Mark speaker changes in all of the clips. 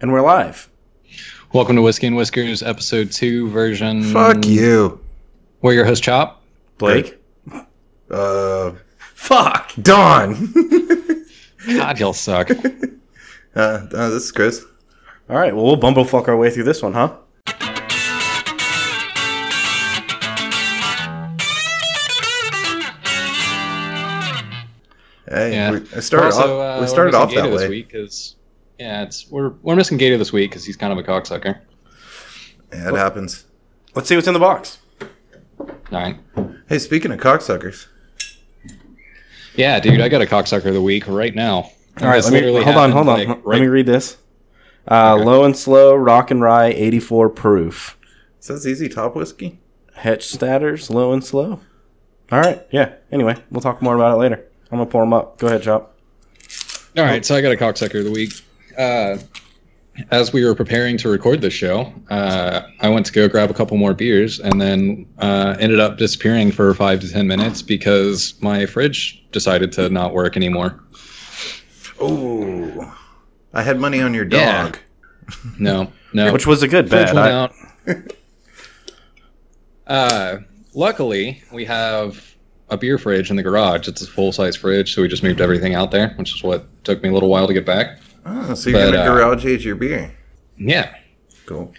Speaker 1: And we're live.
Speaker 2: Welcome to Whiskey and Whiskers, episode two version.
Speaker 3: Fuck you.
Speaker 2: We're your host, Chop.
Speaker 1: Blake?
Speaker 3: Uh,
Speaker 1: Fuck!
Speaker 3: Dawn.
Speaker 2: God, y'all suck.
Speaker 3: uh, uh, this is Chris.
Speaker 1: All right, well, we'll bumblefuck our way through this one, huh?
Speaker 3: Hey,
Speaker 2: Yeah.
Speaker 3: we, I started
Speaker 2: Also,
Speaker 3: off,
Speaker 2: uh,
Speaker 3: we started
Speaker 2: we're missing Gator
Speaker 3: off that way.
Speaker 2: This week 'cause- yeah, it's we're we're missing Gator this week because he's kind of a cocksucker.
Speaker 3: Yeah, it happens.
Speaker 1: Let's see what's in the box.
Speaker 2: All right.
Speaker 3: Hey, speaking of cocksuckers,
Speaker 2: Yeah, dude, I got a cocksucker of the week right now.
Speaker 1: All right,
Speaker 2: This
Speaker 1: let me,
Speaker 2: literally
Speaker 1: hold on,
Speaker 2: happened,
Speaker 1: hold on.
Speaker 2: like,
Speaker 1: Let
Speaker 2: right-
Speaker 1: me read this. Uh, Low and Slow, Rock and Rye, 84 proof.
Speaker 3: is that easy top whiskey?
Speaker 1: Hetch Statters, Low and Slow. All right, yeah. Anyway, we'll talk more about it later. I'm going to pour them up. Go ahead, Chop.
Speaker 2: All right, so I got a cocksucker of the week. Uh, as we were preparing to record this show, uh, I went to go grab a couple more beers and then uh, ended up disappearing for five to ten minutes because my fridge decided to not work anymore.
Speaker 3: Oh, I had money on your
Speaker 2: Yeah.
Speaker 3: dog.
Speaker 2: No, no.
Speaker 1: Which was a good
Speaker 2: fridge
Speaker 1: bad.
Speaker 2: went
Speaker 1: I,
Speaker 2: out. uh, luckily, we have a beer fridge in the garage. It's a full size fridge, so we just moved everything out there, which is what took me a little while to get back.
Speaker 3: Oh, so you're
Speaker 2: But,
Speaker 3: gonna
Speaker 2: uh,
Speaker 3: garage age your beer?
Speaker 2: Yeah,
Speaker 3: Cool.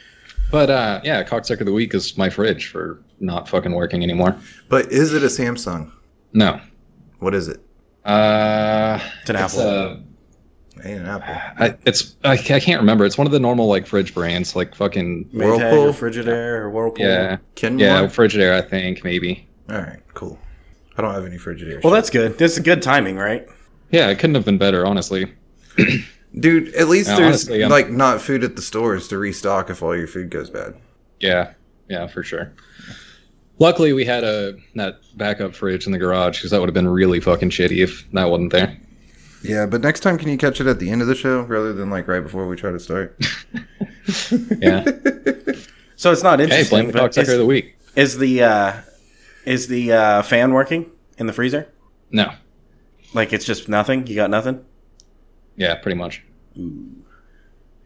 Speaker 2: But uh, yeah, cocksucker of the week is my fridge for not fucking working anymore.
Speaker 3: But is it a Samsung?
Speaker 2: No,
Speaker 3: What is it?
Speaker 2: uh,
Speaker 1: It's an
Speaker 2: it's,
Speaker 1: Apple.
Speaker 2: uh,
Speaker 3: Ain't an apple.
Speaker 2: I, it's I, ca- I can't remember. It's one of the normal like fridge brands, like fucking
Speaker 1: Maytag or
Speaker 3: Whirlpool?
Speaker 1: Frigidaire or Whirlpool.
Speaker 2: yeah,
Speaker 3: Kenmore.
Speaker 2: yeah, Frigidaire. I think maybe.
Speaker 3: All right. Cool. I don't have any Frigidaire.
Speaker 1: Well,
Speaker 3: shit.
Speaker 1: that's good. This is good timing, right?
Speaker 2: Yeah, it couldn't have been better, honestly.
Speaker 3: dude. At least
Speaker 2: Yeah,
Speaker 3: there's
Speaker 2: honestly, I'm-
Speaker 3: like not food at the stores to restock if all your food goes bad.
Speaker 2: Yeah, yeah, for sure. Luckily, we had a that backup fridge in the garage because that would have been really fucking shitty if that wasn't there.
Speaker 3: Yeah, but next time, can you catch it at the end of the show rather than like right before we try to start?
Speaker 2: Yeah.
Speaker 1: So it's not
Speaker 2: hey,
Speaker 1: interesting.
Speaker 2: blame the
Speaker 1: but
Speaker 2: cocksucker of
Speaker 1: is,
Speaker 2: the week.
Speaker 1: is the uh, is the uh, fan working in the freezer?
Speaker 2: No.
Speaker 1: Like it's just nothing. You got nothing.
Speaker 2: Yeah, pretty much.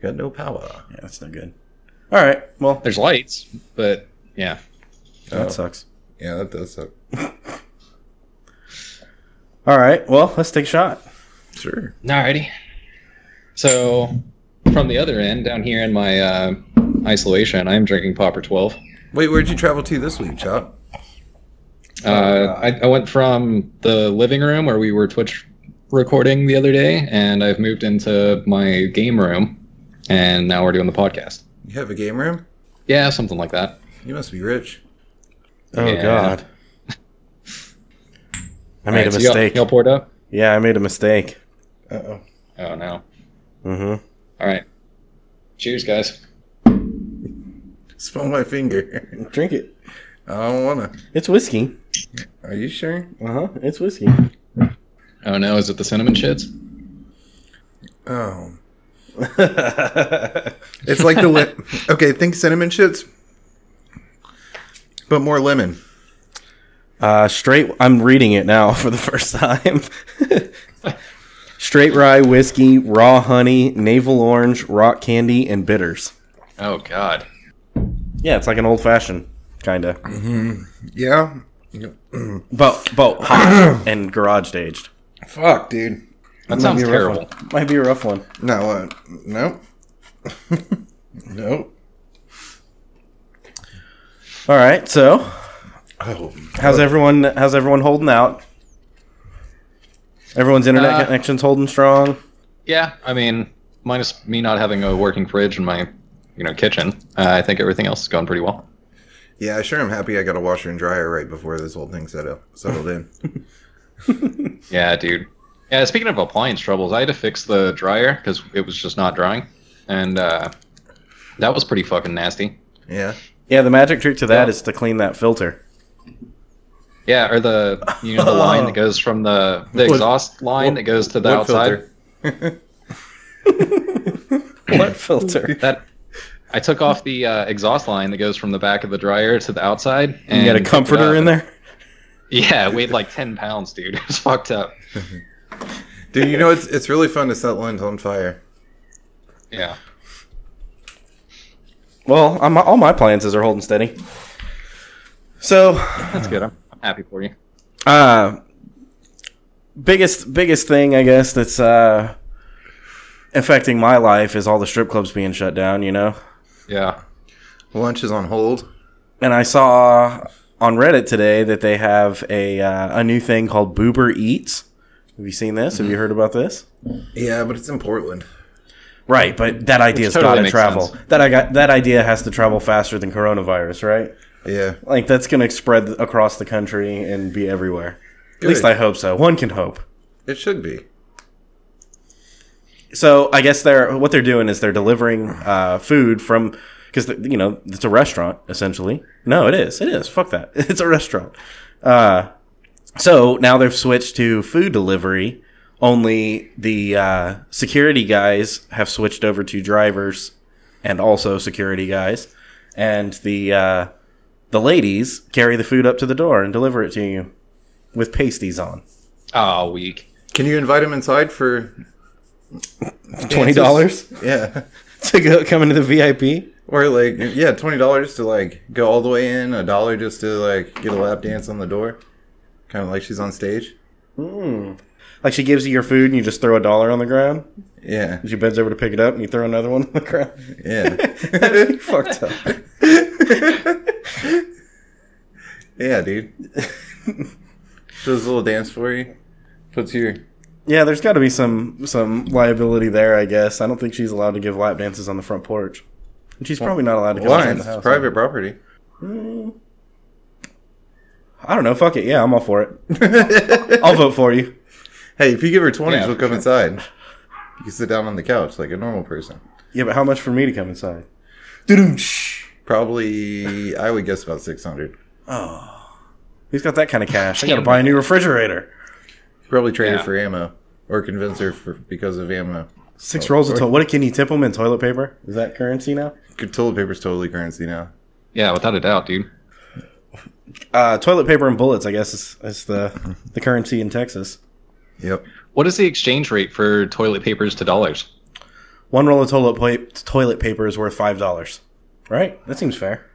Speaker 3: Got no power.
Speaker 1: Yeah, that's no good. All right. Well,
Speaker 2: There's lights, but yeah.
Speaker 3: Oh.
Speaker 1: that sucks.
Speaker 3: Yeah, that does suck.
Speaker 1: All right. Well, let's take a shot.
Speaker 3: Sure.
Speaker 2: Alrighty. So, from the other end, down here in my uh, isolation, I'm drinking Popper 12.
Speaker 3: Wait, where'd you travel to this week, Chop?
Speaker 2: Uh, I, I went from the living room where we were Twitch recording the other day, and I've moved into my game room, and now we're doing the podcast.
Speaker 3: You have a game room?
Speaker 2: Yeah, something like that.
Speaker 3: You must be rich.
Speaker 1: Oh
Speaker 2: Yeah.
Speaker 1: God. I made
Speaker 2: Alright,
Speaker 1: a
Speaker 2: so y'all-
Speaker 1: mistake.
Speaker 2: y'all poured up?
Speaker 1: yeah, I made a mistake.
Speaker 3: Uh oh.
Speaker 2: Oh, no.
Speaker 1: Mm-hmm.
Speaker 2: All right. Cheers, guys.
Speaker 3: Smell my finger.
Speaker 1: Drink it.
Speaker 3: I don't wanna.
Speaker 1: It's whiskey.
Speaker 3: Are you sure?
Speaker 1: Uh huh. It's whiskey.
Speaker 2: Oh, no. Is it the cinnamon shits?
Speaker 3: Oh. It's like the li- okay. Think cinnamon shits, but more lemon.
Speaker 1: Uh, straight. I'm reading it now for the first time. straight rye whiskey, raw honey, navel orange, rock candy, and bitters.
Speaker 2: Oh, God.
Speaker 1: Yeah, it's like an old fashioned kind of,
Speaker 3: Yeah.
Speaker 1: but but hot and garage aged.
Speaker 3: Fuck, dude.
Speaker 2: That sounds
Speaker 1: be a rough
Speaker 2: terrible.
Speaker 1: Might be a rough one.
Speaker 3: No. Uh, nope. nope.
Speaker 1: All right. So
Speaker 3: Oh.
Speaker 1: how's everyone? How's everyone holding out? Everyone's internet
Speaker 2: Uh,
Speaker 1: connection's holding strong.
Speaker 2: Yeah, I mean, minus me not having a working fridge in my, you know, kitchen. Uh, I think everything else is going pretty well.
Speaker 3: Yeah, I sure am happy I got a washer and dryer right before this whole thing set up, settled in.
Speaker 2: Yeah, dude. Yeah, speaking of appliance troubles, I had to fix the dryer because it was just not drying, and uh, that was pretty fucking nasty.
Speaker 3: Yeah.
Speaker 1: Yeah, the magic trick to that
Speaker 2: Yeah.
Speaker 1: is to clean that filter.
Speaker 2: Yeah, or the you know the line that goes from the the
Speaker 3: What-
Speaker 2: exhaust line that goes to the
Speaker 3: what
Speaker 2: outside.
Speaker 3: filter?
Speaker 1: What filter?
Speaker 2: That I took off the uh, exhaust line that goes from the back of the dryer to the outside. And
Speaker 1: You got a
Speaker 2: picked it
Speaker 1: comforter
Speaker 2: up.
Speaker 1: in there?
Speaker 2: Yeah, it weighed like ten pounds, dude. It was fucked up.
Speaker 3: Dude, you know it's it's really fun to set lines on fire.
Speaker 2: Yeah.
Speaker 1: Well, I'm, all my appliances are holding steady. So,
Speaker 2: That's good. I'm I'm happy for you.
Speaker 1: uh, biggest biggest thing I guess that's uh, affecting my life is all the strip clubs being shut down. You know,
Speaker 2: Yeah.
Speaker 3: Lunch is on hold.
Speaker 1: and I saw on Reddit today that they have a uh, a new thing called Boober Eats. Have you seen this? Have
Speaker 2: Mm-hmm.
Speaker 1: you heard about this?
Speaker 3: Yeah, but it's in Portland.
Speaker 1: Right, but that idea's
Speaker 2: totally
Speaker 1: got to
Speaker 2: makes
Speaker 1: travel.
Speaker 2: sense.
Speaker 1: That I got that idea has to travel faster than coronavirus, right?
Speaker 3: Yeah.
Speaker 1: Like that's going to spread across the country and be everywhere. At least
Speaker 3: Good.
Speaker 1: I hope so. One can hope.
Speaker 3: It should be.
Speaker 1: So I guess they're what they're doing is they're delivering uh, food from because you know it's a restaurant essentially. No, it is. It is. Fuck that. It's a restaurant. Uh, so now they've switched to food delivery. Only the uh, security guys have switched over to drivers and also security guys, and the uh, the ladies carry the food up to the door and deliver it to you with pasties on.
Speaker 2: Oh, weak.
Speaker 3: Can you invite him inside for
Speaker 1: Twenty dollars
Speaker 3: Yeah.
Speaker 1: to go come into the VIP.
Speaker 3: Or like yeah, twenty dollars to like go all the way in, a dollar just to like get a lap dance on the door. Kinda like she's on stage.
Speaker 1: Like she gives you your food and you just throw a dollar on the ground.
Speaker 3: Yeah.
Speaker 1: She bends over to pick it up and you throw another one on the ground.
Speaker 3: Yeah.
Speaker 1: That'd be fucked up.
Speaker 3: yeah, dude. Does a little dance for you. Puts your
Speaker 1: Yeah, there's got to be some some liability there, I guess. I don't think she's allowed to give lap dances on the front porch, and she's probably not allowed to go
Speaker 3: Why?
Speaker 1: outside the
Speaker 3: It's
Speaker 1: house.
Speaker 3: private property.
Speaker 1: I don't know. Fuck it. Yeah, I'm all for it. I'll vote for you.
Speaker 3: Hey, if you give her twenties,
Speaker 2: Yeah,
Speaker 3: she'll
Speaker 2: for
Speaker 3: come inside. You can sit down on the couch like a normal person.
Speaker 1: Yeah, but how much for me to come inside?
Speaker 3: Probably, I would guess about six hundred.
Speaker 1: Who's got that kind of cash? I got to buy a new refrigerator.
Speaker 3: Probably trade
Speaker 2: Yeah.
Speaker 3: her for ammo, or convince her for because of ammo.
Speaker 1: Six
Speaker 3: Oh,
Speaker 1: rolls of toilet. What can you tip them in toilet paper? Is that currency now?
Speaker 3: Toilet paper's totally currency now.
Speaker 2: Yeah, without a doubt, dude.
Speaker 1: Uh, toilet paper and bullets, I guess, is, is the the currency in Texas.
Speaker 3: Yep.
Speaker 2: What is the exchange rate for toilet papers to dollars?
Speaker 1: One roll of toilet pa- toilet paper is worth five dollars. Right? That seems fair.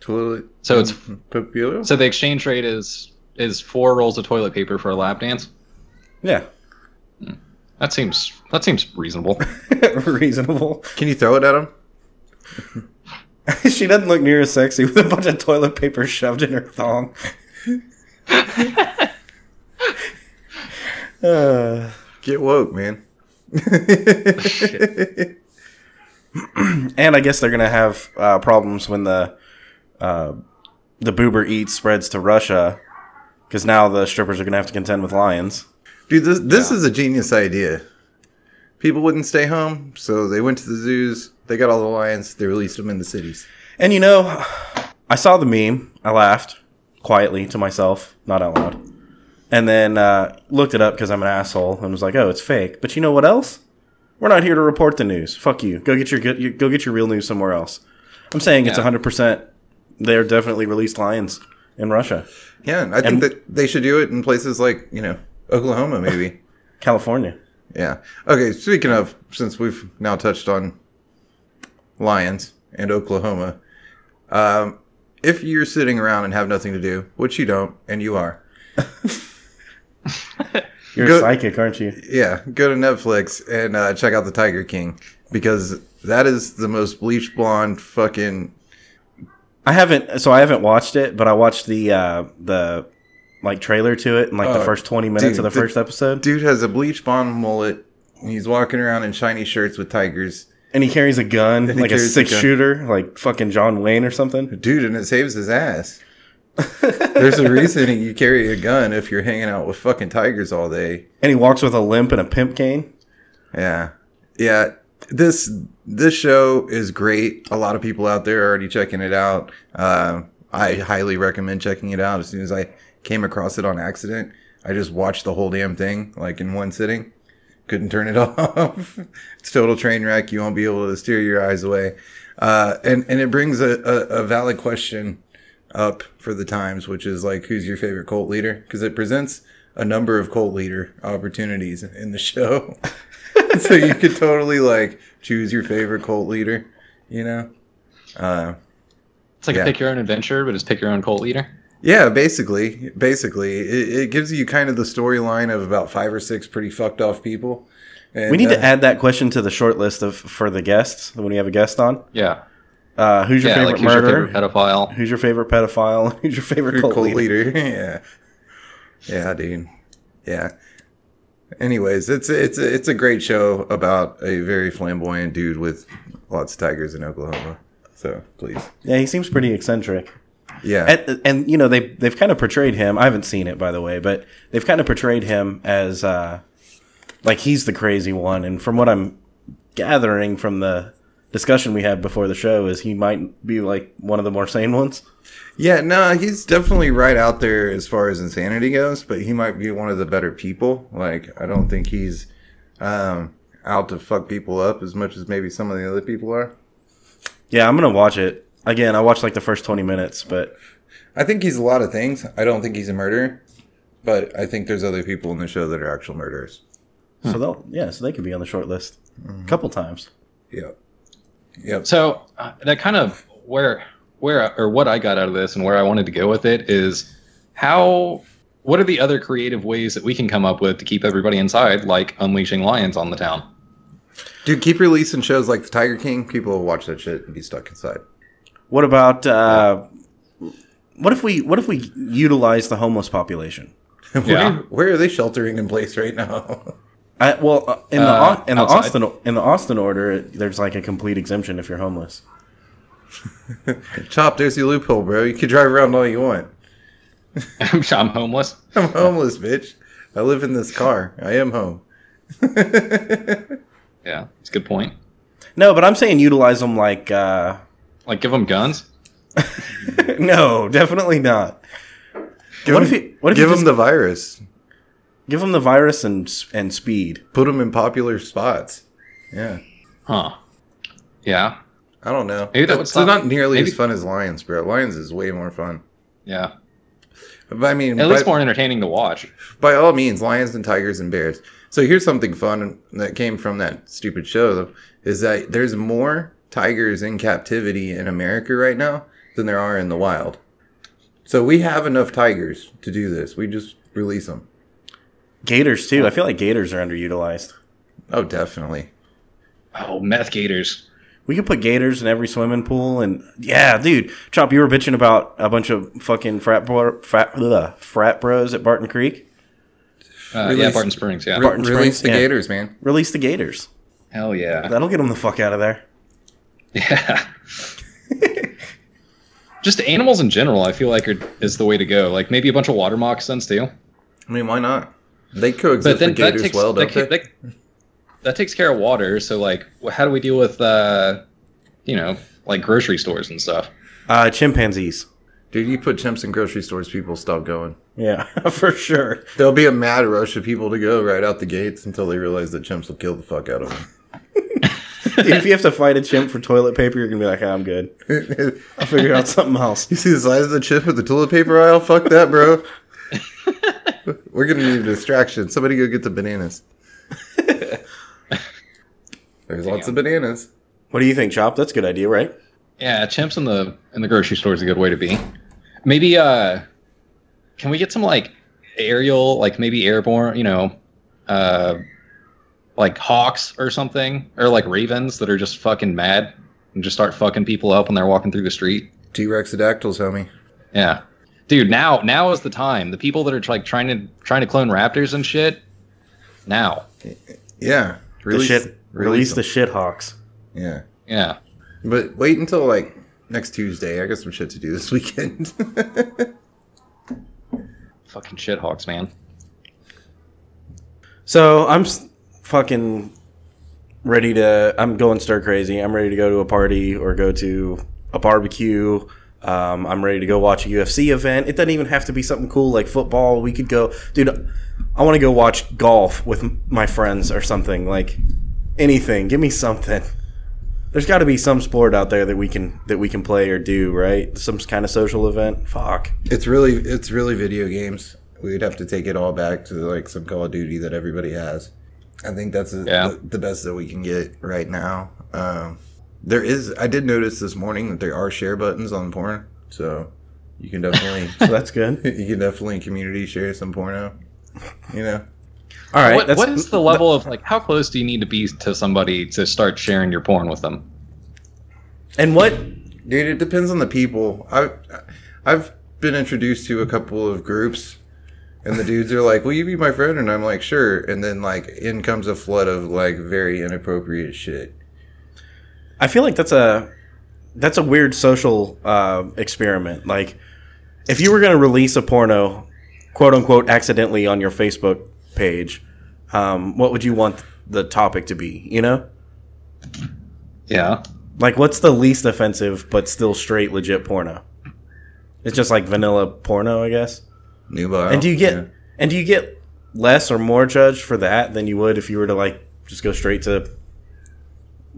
Speaker 3: Toilet um,
Speaker 2: So it's
Speaker 3: popular.
Speaker 2: so the exchange rate is is four rolls of toilet paper for a lap dance.
Speaker 1: Yeah,
Speaker 2: That seems that seems reasonable.
Speaker 1: reasonable.
Speaker 3: Can you throw it at him?
Speaker 1: she doesn't look near as sexy with a bunch of toilet paper shoved in her thong. Uh,
Speaker 3: Get woke, man.
Speaker 1: and I guess they're gonna have uh, problems when the uh, the boober eats spreads to Russia, because now the strippers are gonna have to contend with lions.
Speaker 3: Dude, this this is a genius idea. People wouldn't stay home, so they went to the zoos. They got all the lions. They released them in the cities.
Speaker 1: And you know, I saw the meme. I laughed quietly to myself, not out loud. And then uh, looked it up because I'm an asshole and was like, "Oh, it's fake." But you know what else? We're not here to report the news. Fuck you. Go get your good. your- Go get your real news somewhere else. I'm saying it's
Speaker 2: Yeah.
Speaker 1: 100. percent They're definitely released lions in Russia,
Speaker 3: Yeah, and I think that they should do it in places like you know Oklahoma, maybe.
Speaker 1: California.
Speaker 3: Yeah. Okay. Speaking of, since we've now touched on Lions and Oklahoma, um, if you're sitting around and have nothing to do, which you don't, and you are,
Speaker 1: You're
Speaker 3: Go-
Speaker 1: a psychic, aren't you?
Speaker 3: yeah, go to Netflix and uh, check out The Tiger King because that is the most bleach blonde fucking.
Speaker 1: I haven't. So I haven't watched it, but I watched the uh, the like trailer to it and like the
Speaker 3: Oh,
Speaker 1: first 20 minutes
Speaker 3: dude,
Speaker 1: of the
Speaker 3: the-
Speaker 1: first episode,
Speaker 3: Dude has a bleach blonde mullet. And he's walking around in shiny shirts with tigers.
Speaker 1: and he carries a gun,
Speaker 3: he
Speaker 1: like a
Speaker 3: carries a gun.
Speaker 1: six shooter, like fucking John Wayne or something.
Speaker 3: Dude, and it saves his ass. There's a reason you carry a gun if you're hanging out with fucking tigers all day.
Speaker 1: And he walks with a limp and a pimp cane.
Speaker 3: Yeah. Yeah. This this show is great. A lot of people out there are already checking it out. Uh, I highly recommend checking it out. As soon as I came across it on accident, I just watched the whole damn thing like in one sitting. Couldn't turn it off. it's total train wreck. You won't be able to steer your eyes away. Uh, and and it brings a, a, a valid question up for the times, which is like, who's your favorite cult leader? Because it presents a number of cult leader opportunities in the show. so you could totally like choose your favorite cult leader, you know? Uh,
Speaker 2: It's like
Speaker 3: Yeah.
Speaker 2: a pick your own adventure, but it's pick your own cult leader.
Speaker 3: yeah, basically, basically, it, it gives you kind of the storyline of about five or six pretty fucked off people. And,
Speaker 1: We need
Speaker 3: uh,
Speaker 1: to add that question to the short list of for the guests when we have a guest on.
Speaker 2: Yeah.
Speaker 1: Uh, who's your
Speaker 2: yeah,
Speaker 1: favorite
Speaker 2: like who's
Speaker 1: murderer?
Speaker 2: your favorite pedophile?
Speaker 1: who's your favorite pedophile? Who's your favorite
Speaker 3: Your
Speaker 1: cult, leader?
Speaker 3: yeah, yeah, dude, yeah. Anyways, it's it's it's a great show about a very flamboyant dude with lots of tigers in Oklahoma. So please,
Speaker 1: Yeah, he seems pretty eccentric.
Speaker 3: yeah,
Speaker 1: And, and you know they they've kind of portrayed him. I haven't seen it by the way, but they've kind of portrayed him as uh, like he's the crazy one. And from what I'm gathering from the discussion we had before the show, is he might be like one of the more sane ones.
Speaker 3: yeah. No, he's definitely right out there as far as insanity goes, but he might be one of the better people. Like, I don't think he's um, out to fuck people up as much as maybe some of the other people are.
Speaker 1: Yeah, I'm gonna watch it again. I watched like the first 20 minutes, but
Speaker 3: I think he's a lot of things. I don't think he's a murderer, but I think there's other people in the show that are actual murderers.
Speaker 2: Hmm.
Speaker 1: so they'll yeah, so they could be on the short list
Speaker 2: Mm-hmm.
Speaker 1: a couple times.
Speaker 3: Yep. Yep.
Speaker 2: So uh, that kind of where where or what I got out of this and where I wanted to go with it is how what are the other creative ways that we can come up with to keep everybody inside, like unleashing lions on the town?
Speaker 3: Dude, keep releasing shows like The Tiger King. People will watch that shit and be stuck inside.
Speaker 1: What about uh, what if we what if we utilize the homeless population?
Speaker 2: Yeah.
Speaker 3: where, where are they sheltering in place right now?
Speaker 1: I, well, uh, in the
Speaker 2: Uh,
Speaker 1: Au- in the
Speaker 2: outside.
Speaker 1: Austin in the Austin order, it- there's like a complete exemption if you're homeless.
Speaker 3: Chop, there's your loophole, bro. You can drive around all you want.
Speaker 2: I'm, I'm homeless.
Speaker 3: I'm homeless, bitch. I live in this car. I am home.
Speaker 2: Yeah, it's a good point.
Speaker 1: No, but I'm saying utilize them like uh,
Speaker 2: Like give them guns.
Speaker 1: no, definitely not.
Speaker 3: Give
Speaker 1: What
Speaker 3: him-
Speaker 1: if you- what if
Speaker 3: give
Speaker 1: you
Speaker 3: them
Speaker 1: just-
Speaker 3: the virus?
Speaker 1: Give them the virus and s- and speed.
Speaker 3: Put them in popular spots. Yeah.
Speaker 2: Huh. Yeah.
Speaker 3: I don't know.
Speaker 2: Maybe that would
Speaker 3: It's not,
Speaker 2: stop-
Speaker 3: nearly
Speaker 2: maybe-
Speaker 3: as fun as Lions, bro. Lions is way more fun.
Speaker 2: Yeah.
Speaker 3: But I mean,
Speaker 2: At least
Speaker 3: by-
Speaker 2: more entertaining to watch.
Speaker 3: by all means, lions and tigers and bears. So here's something fun that came from that stupid show though, is that there's more tigers in captivity in America right now than there are in the wild. So we have enough tigers to do this. We just release them.
Speaker 1: Gators too. I feel like gators are underutilized.
Speaker 3: Oh, definitely.
Speaker 2: Oh, meth gators.
Speaker 1: We could put gators in every swimming pool, and yeah, dude, Chop, you were bitching about a bunch of fucking frat bro, frat, ugh, frat bros at Barton Creek.
Speaker 2: Uh, yeah,
Speaker 3: Release-
Speaker 2: Barton Springs. Yeah.
Speaker 3: Re-
Speaker 1: Barton
Speaker 3: release
Speaker 1: Springs,
Speaker 3: the
Speaker 1: yeah.
Speaker 3: gators, man.
Speaker 1: Release the gators.
Speaker 2: Hell yeah.
Speaker 1: That'll get them the fuck out of there.
Speaker 2: Yeah. Just animals in general, I feel like are, is the way to go. Like maybe a bunch of water moccasins too.
Speaker 3: I mean, why not? They coexist
Speaker 2: But then
Speaker 3: with
Speaker 2: that
Speaker 3: gators
Speaker 2: takes
Speaker 3: well,
Speaker 2: that,
Speaker 3: don't they?
Speaker 2: ca- that, that takes care of water. So like, wh- how do we deal with uh, you know, like grocery stores and stuff?
Speaker 1: Uh, chimpanzees.
Speaker 3: Dude, you put chimps in grocery stores, people stop going.
Speaker 1: Yeah, for sure.
Speaker 3: There'll be a mad rush of people to go right out the gates until they realize that chimps will kill the fuck out of them.
Speaker 1: Dude, if you have to fight a chimp for toilet paper, you're gonna be like, "Ah, I'm good. I'll figure out something else.
Speaker 3: You see the size of the chip at the toilet paper aisle? Fuck that, bro. We're gonna need a distraction. Somebody go get the bananas. There's lots of bananas.
Speaker 1: What do you think, Chop? That's a good idea, right?
Speaker 2: Yeah, chimps in the in the grocery store is a good way to be. Maybe uh, can we get some like aerial, like maybe airborne, you know, uh, like hawks or something, or like ravens that are just fucking mad and just start fucking people up when they're walking through the street.
Speaker 3: T Rex adactyls, homie.
Speaker 2: Yeah, dude, now now is the time. The people that are like trying to trying to clone raptors and shit. Now,
Speaker 3: Yeah.
Speaker 1: the shit, release, the
Speaker 3: them.
Speaker 1: shit hawks.
Speaker 3: Yeah.
Speaker 2: yeah,
Speaker 3: But wait until like next Tuesday. I got some shit to do this weekend.
Speaker 2: fucking shit hawks, man.
Speaker 1: So I'm s- fucking ready to. I'm going stir crazy. I'm ready to go to a party or go to a barbecue. Um, I'm ready to go watch a UFC event. It doesn't even have to be something cool like football. We could go, dude. I want to go watch golf with m- my friends or something. Like anything. Give me something. There's got to be some sport out there that we can that we can play or do, right? Some kind of social event. Fuck.
Speaker 3: it's really it's really video games. We'd have to take it all back to like some Call of Duty that everybody has. I think that's the
Speaker 2: Yeah.
Speaker 3: the, the best that we can get right now. Um, There is. I did notice this morning that there are share buttons on porn, so you can definitely
Speaker 1: So that's good.
Speaker 3: you can definitely community share some porno. You know,
Speaker 1: All right.
Speaker 2: What-
Speaker 1: that's,
Speaker 2: what is the level of like? How close do you need to be to somebody to start sharing your porn with them?
Speaker 1: and what?
Speaker 3: dude. It depends on the people. I I've been introduced to a couple of groups, and the dudes are like, "Will you be my friend?" And I'm like, "Sure." And then like in comes a flood of like very inappropriate shit.
Speaker 1: I feel like that's a that's a weird social uh, experiment. Like, if you were going to release a porno, quote unquote, accidentally on your Facebook page, um, what would you want the topic to be? You know,
Speaker 2: Yeah.
Speaker 1: like what's the least offensive but still straight legit porno? It's just like vanilla porno, I guess.
Speaker 3: Nubile.
Speaker 1: And do you get
Speaker 3: Oh, Yeah.
Speaker 1: and do you get less or more judged for that than you would if you were to like just go straight to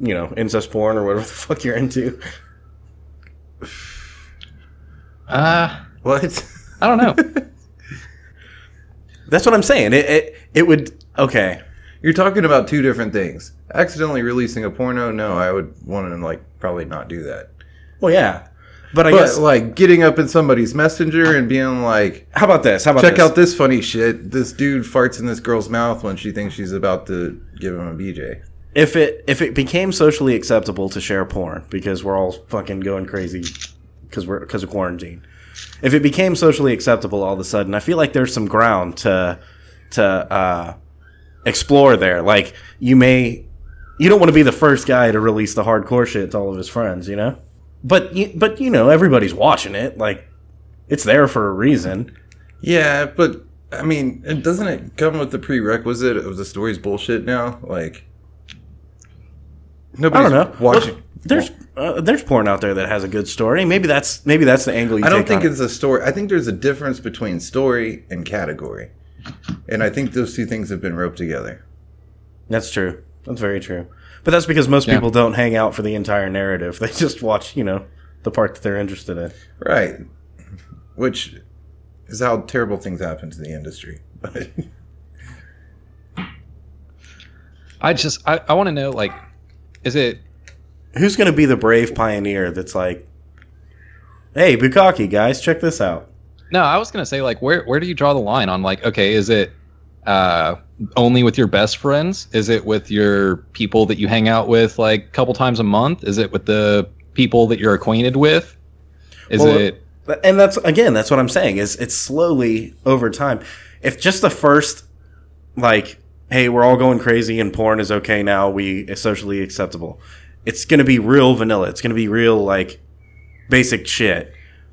Speaker 1: you know incest porn or whatever the fuck you're into?
Speaker 2: Uh,
Speaker 3: what?
Speaker 2: I don't know.
Speaker 1: That's what I'm saying. It it, it would okay.
Speaker 3: You're talking about two different things. Accidentally releasing a porno? No, I would want to like probably not do that.
Speaker 1: Well, yeah, but I
Speaker 3: but
Speaker 1: guess
Speaker 3: like getting up in somebody's messenger and being like,
Speaker 1: how about this? How about
Speaker 3: check
Speaker 1: this?
Speaker 3: out this funny shit. This dude farts in this girl's mouth when she thinks she's about to give him a BJ.
Speaker 1: if it if it became socially acceptable to share porn because we're all fucking going crazy because we're because of quarantine. If it became socially acceptable all of a sudden, I feel like there's some ground to to uh, explore there. Like you may you don't want to be the first guy to release the hardcore shit to all of his friends, you know. But you, but you know everybody's watching it. Like it's there for a reason.
Speaker 3: Yeah, but I mean, and doesn't it come with the prerequisite of the story's bullshit now? Like,
Speaker 1: I
Speaker 3: nobody's
Speaker 1: don't know.
Speaker 3: watching.
Speaker 1: Look, there's uh, there's porn out there that has a good story. Maybe that's maybe that's the angle you
Speaker 3: I don't
Speaker 1: take
Speaker 3: think
Speaker 1: on it.
Speaker 3: it's a story. I think there's a difference between story and category. And I think those two things have been roped together.
Speaker 1: That's true. That's very true. But that's because most
Speaker 2: Yeah.
Speaker 1: people don't hang out for the entire narrative. They just watch, you know, the part that they're interested in.
Speaker 3: Right. Which is how terrible things happen to the industry.
Speaker 2: I just I, I want to know like, is it
Speaker 1: Who's going to be the brave pioneer that's like, "Hey, Bukaki guys, check this out."
Speaker 2: No, I was gonna say like where where do you draw the line on like okay is it uh, only with your best friends? Is it with your people that you hang out with like a couple times a month? Is it with the people that you're acquainted with? Is
Speaker 1: Well,
Speaker 2: it
Speaker 1: And that's again, that's what I'm saying is it's slowly over time. If just the first like, "Hey, we're all going crazy and porn is okay now. We it's socially acceptable." It's going to be real vanilla. It's going to be real like basic shit.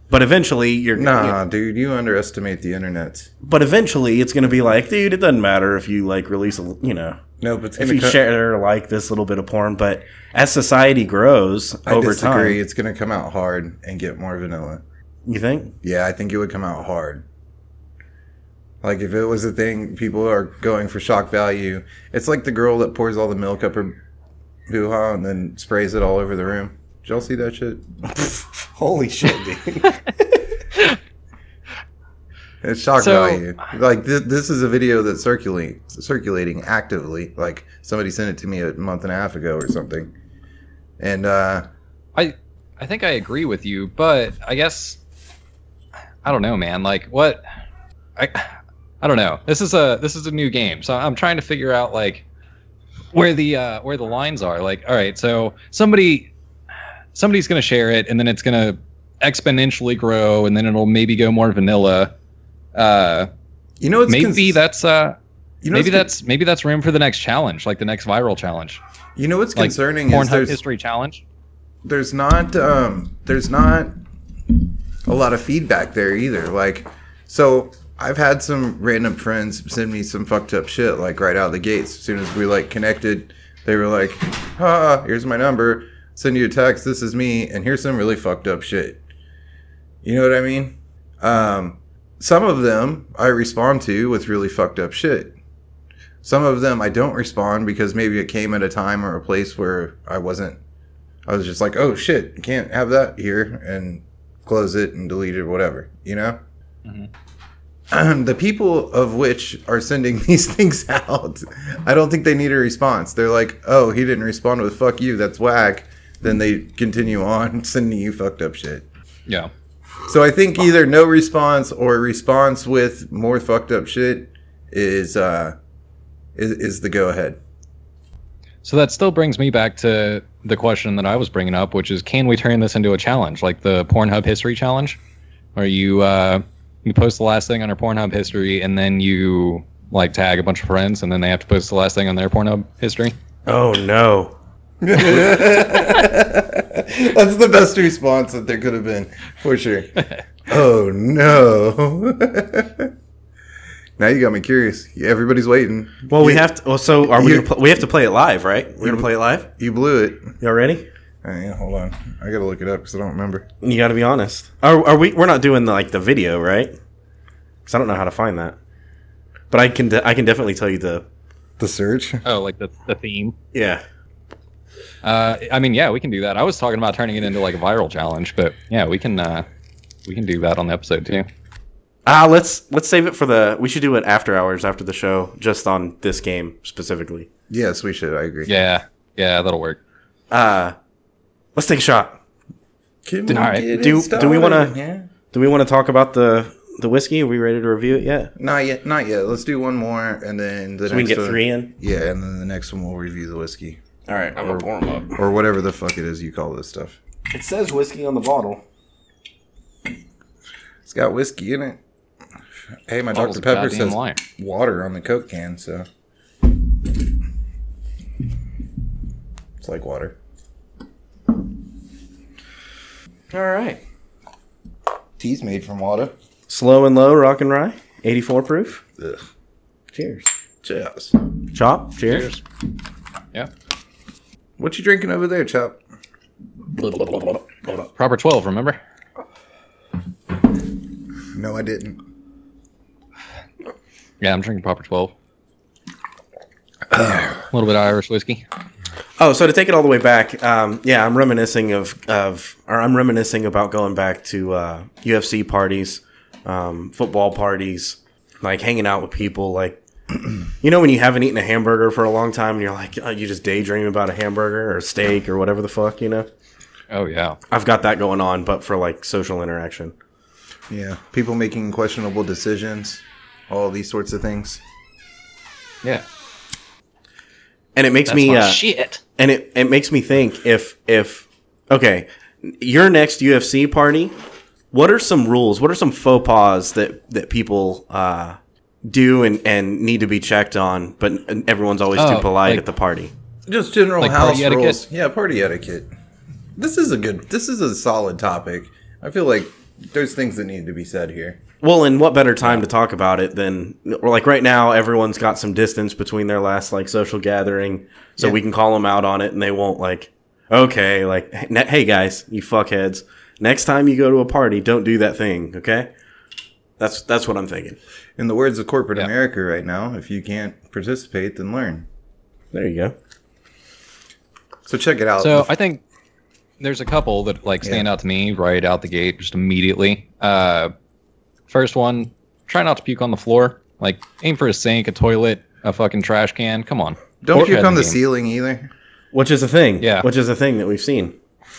Speaker 1: But eventually you're
Speaker 3: nah, dude, you underestimate the internet.
Speaker 1: but eventually it's going to be like dude it doesn't matter if you like release a you know
Speaker 3: No, but it's
Speaker 1: if
Speaker 3: gonna
Speaker 1: you
Speaker 3: co-
Speaker 1: share like this little bit of porn but as society grows
Speaker 3: I
Speaker 1: over
Speaker 3: disagree.
Speaker 1: time
Speaker 3: It's gonna come out hard and get more vanilla.
Speaker 1: you think
Speaker 3: Yeah, I think it would come out hard. Like if it was a thing, people are going for shock value. It's like the girl that pours all the milk up her hoo ha and then sprays it all over the room. Did y'all see that shit?
Speaker 1: holy shit dude
Speaker 3: It's shock
Speaker 2: So-
Speaker 3: value. Like this, this is a video that's circulating, circulating actively. Like somebody sent it to me a month and a half ago or something. And uh,
Speaker 2: I think I agree with you, but I guess I don't know, man. Like what I I don't know. This is a this is a new game, so I'm trying to figure out like where the uh, where the lines are. Like, all right, so somebody somebody's gonna share it, and then it's gonna exponentially grow, and then it'll maybe go more vanilla. Uh,
Speaker 3: you know, it's
Speaker 2: maybe
Speaker 3: cons-
Speaker 2: that's uh,
Speaker 3: you know,
Speaker 2: maybe
Speaker 3: it's con-
Speaker 2: that's maybe that's room for the next challenge, like the next viral challenge,
Speaker 3: you know what's
Speaker 2: like,
Speaker 3: concerning is
Speaker 2: Pornhub
Speaker 3: there's
Speaker 2: history challenge.
Speaker 3: there's not um, there's not a lot of feedback there either. Like, so I've had some random friends send me some fucked up shit like right out of the gates. As soon as we like connected, they were like, "Ah, here's my number. Send you a text. This is me, and here's some really fucked up shit." You know what I mean? Um, some of them I respond to with really fucked up shit. Some of them I don't respond because maybe it came at a time or a place where I wasn't. I was just like, "Oh shit, can't have that here," and close it and delete it, whatever. You know.
Speaker 2: Mhm.
Speaker 3: the people of which are sending these things out, I don't think they need a response. They're like, "Oh, he didn't respond with fuck you. That's whack." then they continue on sending you fucked up shit.
Speaker 2: Yeah.
Speaker 3: So I think either no response or response with more fucked up shit is uh is, is the go ahead.
Speaker 2: So that still brings me back to the question that I was bringing up, which is, can we turn this into a challenge, like the Pornhub history challenge, where you uh, you post the last thing on your Pornhub history, and then you like tag a bunch of friends, and then they have to post the last thing on their Pornhub history.
Speaker 1: Oh no.
Speaker 3: That's the best response that there could have been, for sure. oh no. now you got me curious. Everybody's waiting.
Speaker 1: Well, we
Speaker 3: You-
Speaker 1: have to. Well, so are we?
Speaker 3: you-
Speaker 1: Gonna pl- we have to play it live, right? We're gonna play it live.
Speaker 3: You blew it.
Speaker 1: Mm-hmm. Y'all ready?
Speaker 3: Hey, hold on. I gotta look it up because I don't remember.
Speaker 1: You got to be honest. Are, are we? We're not doing the, like the video, right? Because I don't know how to find that. But I can. De- I can definitely tell you the.
Speaker 3: The search.
Speaker 2: Oh, like the the theme.
Speaker 1: Yeah.
Speaker 2: Uh, I mean, yeah, we can do that. I was talking about turning it into like a viral challenge, but yeah, we can uh, we can do that on the episode too.
Speaker 1: Ah, let's let's save it for the. We should do it after hours, after the show, just on this game specifically.
Speaker 3: Yes, we should. I agree.
Speaker 2: Yeah, yeah, that'll work.
Speaker 1: Uh let's take a shot.
Speaker 3: Can
Speaker 2: All right.
Speaker 3: get it
Speaker 1: Do- do we wanna-
Speaker 3: started? Yeah.
Speaker 1: Do we want to talk about the the whiskey? Are we ready to review it yet?
Speaker 3: Not yet. Not yet. Let's do one more, and then the
Speaker 1: So
Speaker 3: next
Speaker 1: we can get
Speaker 3: one-
Speaker 1: three in.
Speaker 3: Yeah, and then the next one we'll review the whiskey
Speaker 1: All right, I'm gonna pour them
Speaker 3: or whatever the fuck it is you call this stuff.
Speaker 1: It says whiskey on the bottle.
Speaker 3: It's got whiskey in it. Hey, my
Speaker 2: Bottle's
Speaker 3: Dr
Speaker 2: a
Speaker 3: Pepper
Speaker 2: goddamn
Speaker 3: says
Speaker 2: liar.
Speaker 3: water on the Coke can, so it's like water.
Speaker 1: All right.
Speaker 3: Tea's made from water.
Speaker 1: Slow and low, rock and rye, 84 proof.
Speaker 3: Ugh.
Speaker 1: Cheers.
Speaker 3: Cheers.
Speaker 1: Chop. Cheers.
Speaker 2: Yeah,
Speaker 3: What you drinking over there, Chop?
Speaker 2: proper twelve. Remember?
Speaker 3: No, I didn't.
Speaker 2: Yeah, I'm drinking proper twelve. a little bit of Irish whiskey.
Speaker 1: Oh, so to take it all the way back, um, yeah, I'm reminiscing of, of, or I'm reminiscing about going back to uh, UFC parties, um, football parties, like hanging out with people. Like, you know, when you haven't eaten a hamburger for a long time and you're like, uh you just daydream about a hamburger or a steak or whatever the fuck, you know?
Speaker 2: Oh yeah.
Speaker 1: I've got that going on, but for like social interaction.
Speaker 3: Yeah, people making questionable decisions, all these sorts of things.
Speaker 2: Yeah.
Speaker 1: And it makes me, uh,
Speaker 2: shit.
Speaker 1: and it, it makes me think if if okay your next ufc party what are some rules what are some faux pas that that people uh do and and need to be checked on but everyone's always
Speaker 2: Oh,
Speaker 1: too polite
Speaker 2: like-
Speaker 1: at the party
Speaker 3: Just general
Speaker 2: Like
Speaker 3: house
Speaker 2: party etiquette?
Speaker 3: rules. Yeah, party etiquette. This is a good. This is a solid topic. I feel like there's things that need to be said here.
Speaker 1: well and what better time to talk about it than or like right now everyone's got some distance between their last like social gathering so we can call them out on it and they won't like okay like hey guys you fuckheads next time you go to a party don't do that thing okay that's that's what i'm thinking
Speaker 3: In the words of corporate
Speaker 2: Yeah.
Speaker 3: America right now, if you can't participate, then learn.
Speaker 1: There you go.
Speaker 3: So check it out.
Speaker 2: So I think there's a couple that like stand out to me right out the gate just immediately. Uh, first one, try not to puke on the floor. Like aim for a sink, a toilet, a fucking trash can. Come on.
Speaker 3: don't
Speaker 2: Or-
Speaker 3: puke on the
Speaker 2: game.
Speaker 3: ceiling either.
Speaker 1: Which is a thing.
Speaker 2: Yeah.
Speaker 1: Which is a thing that we've seen.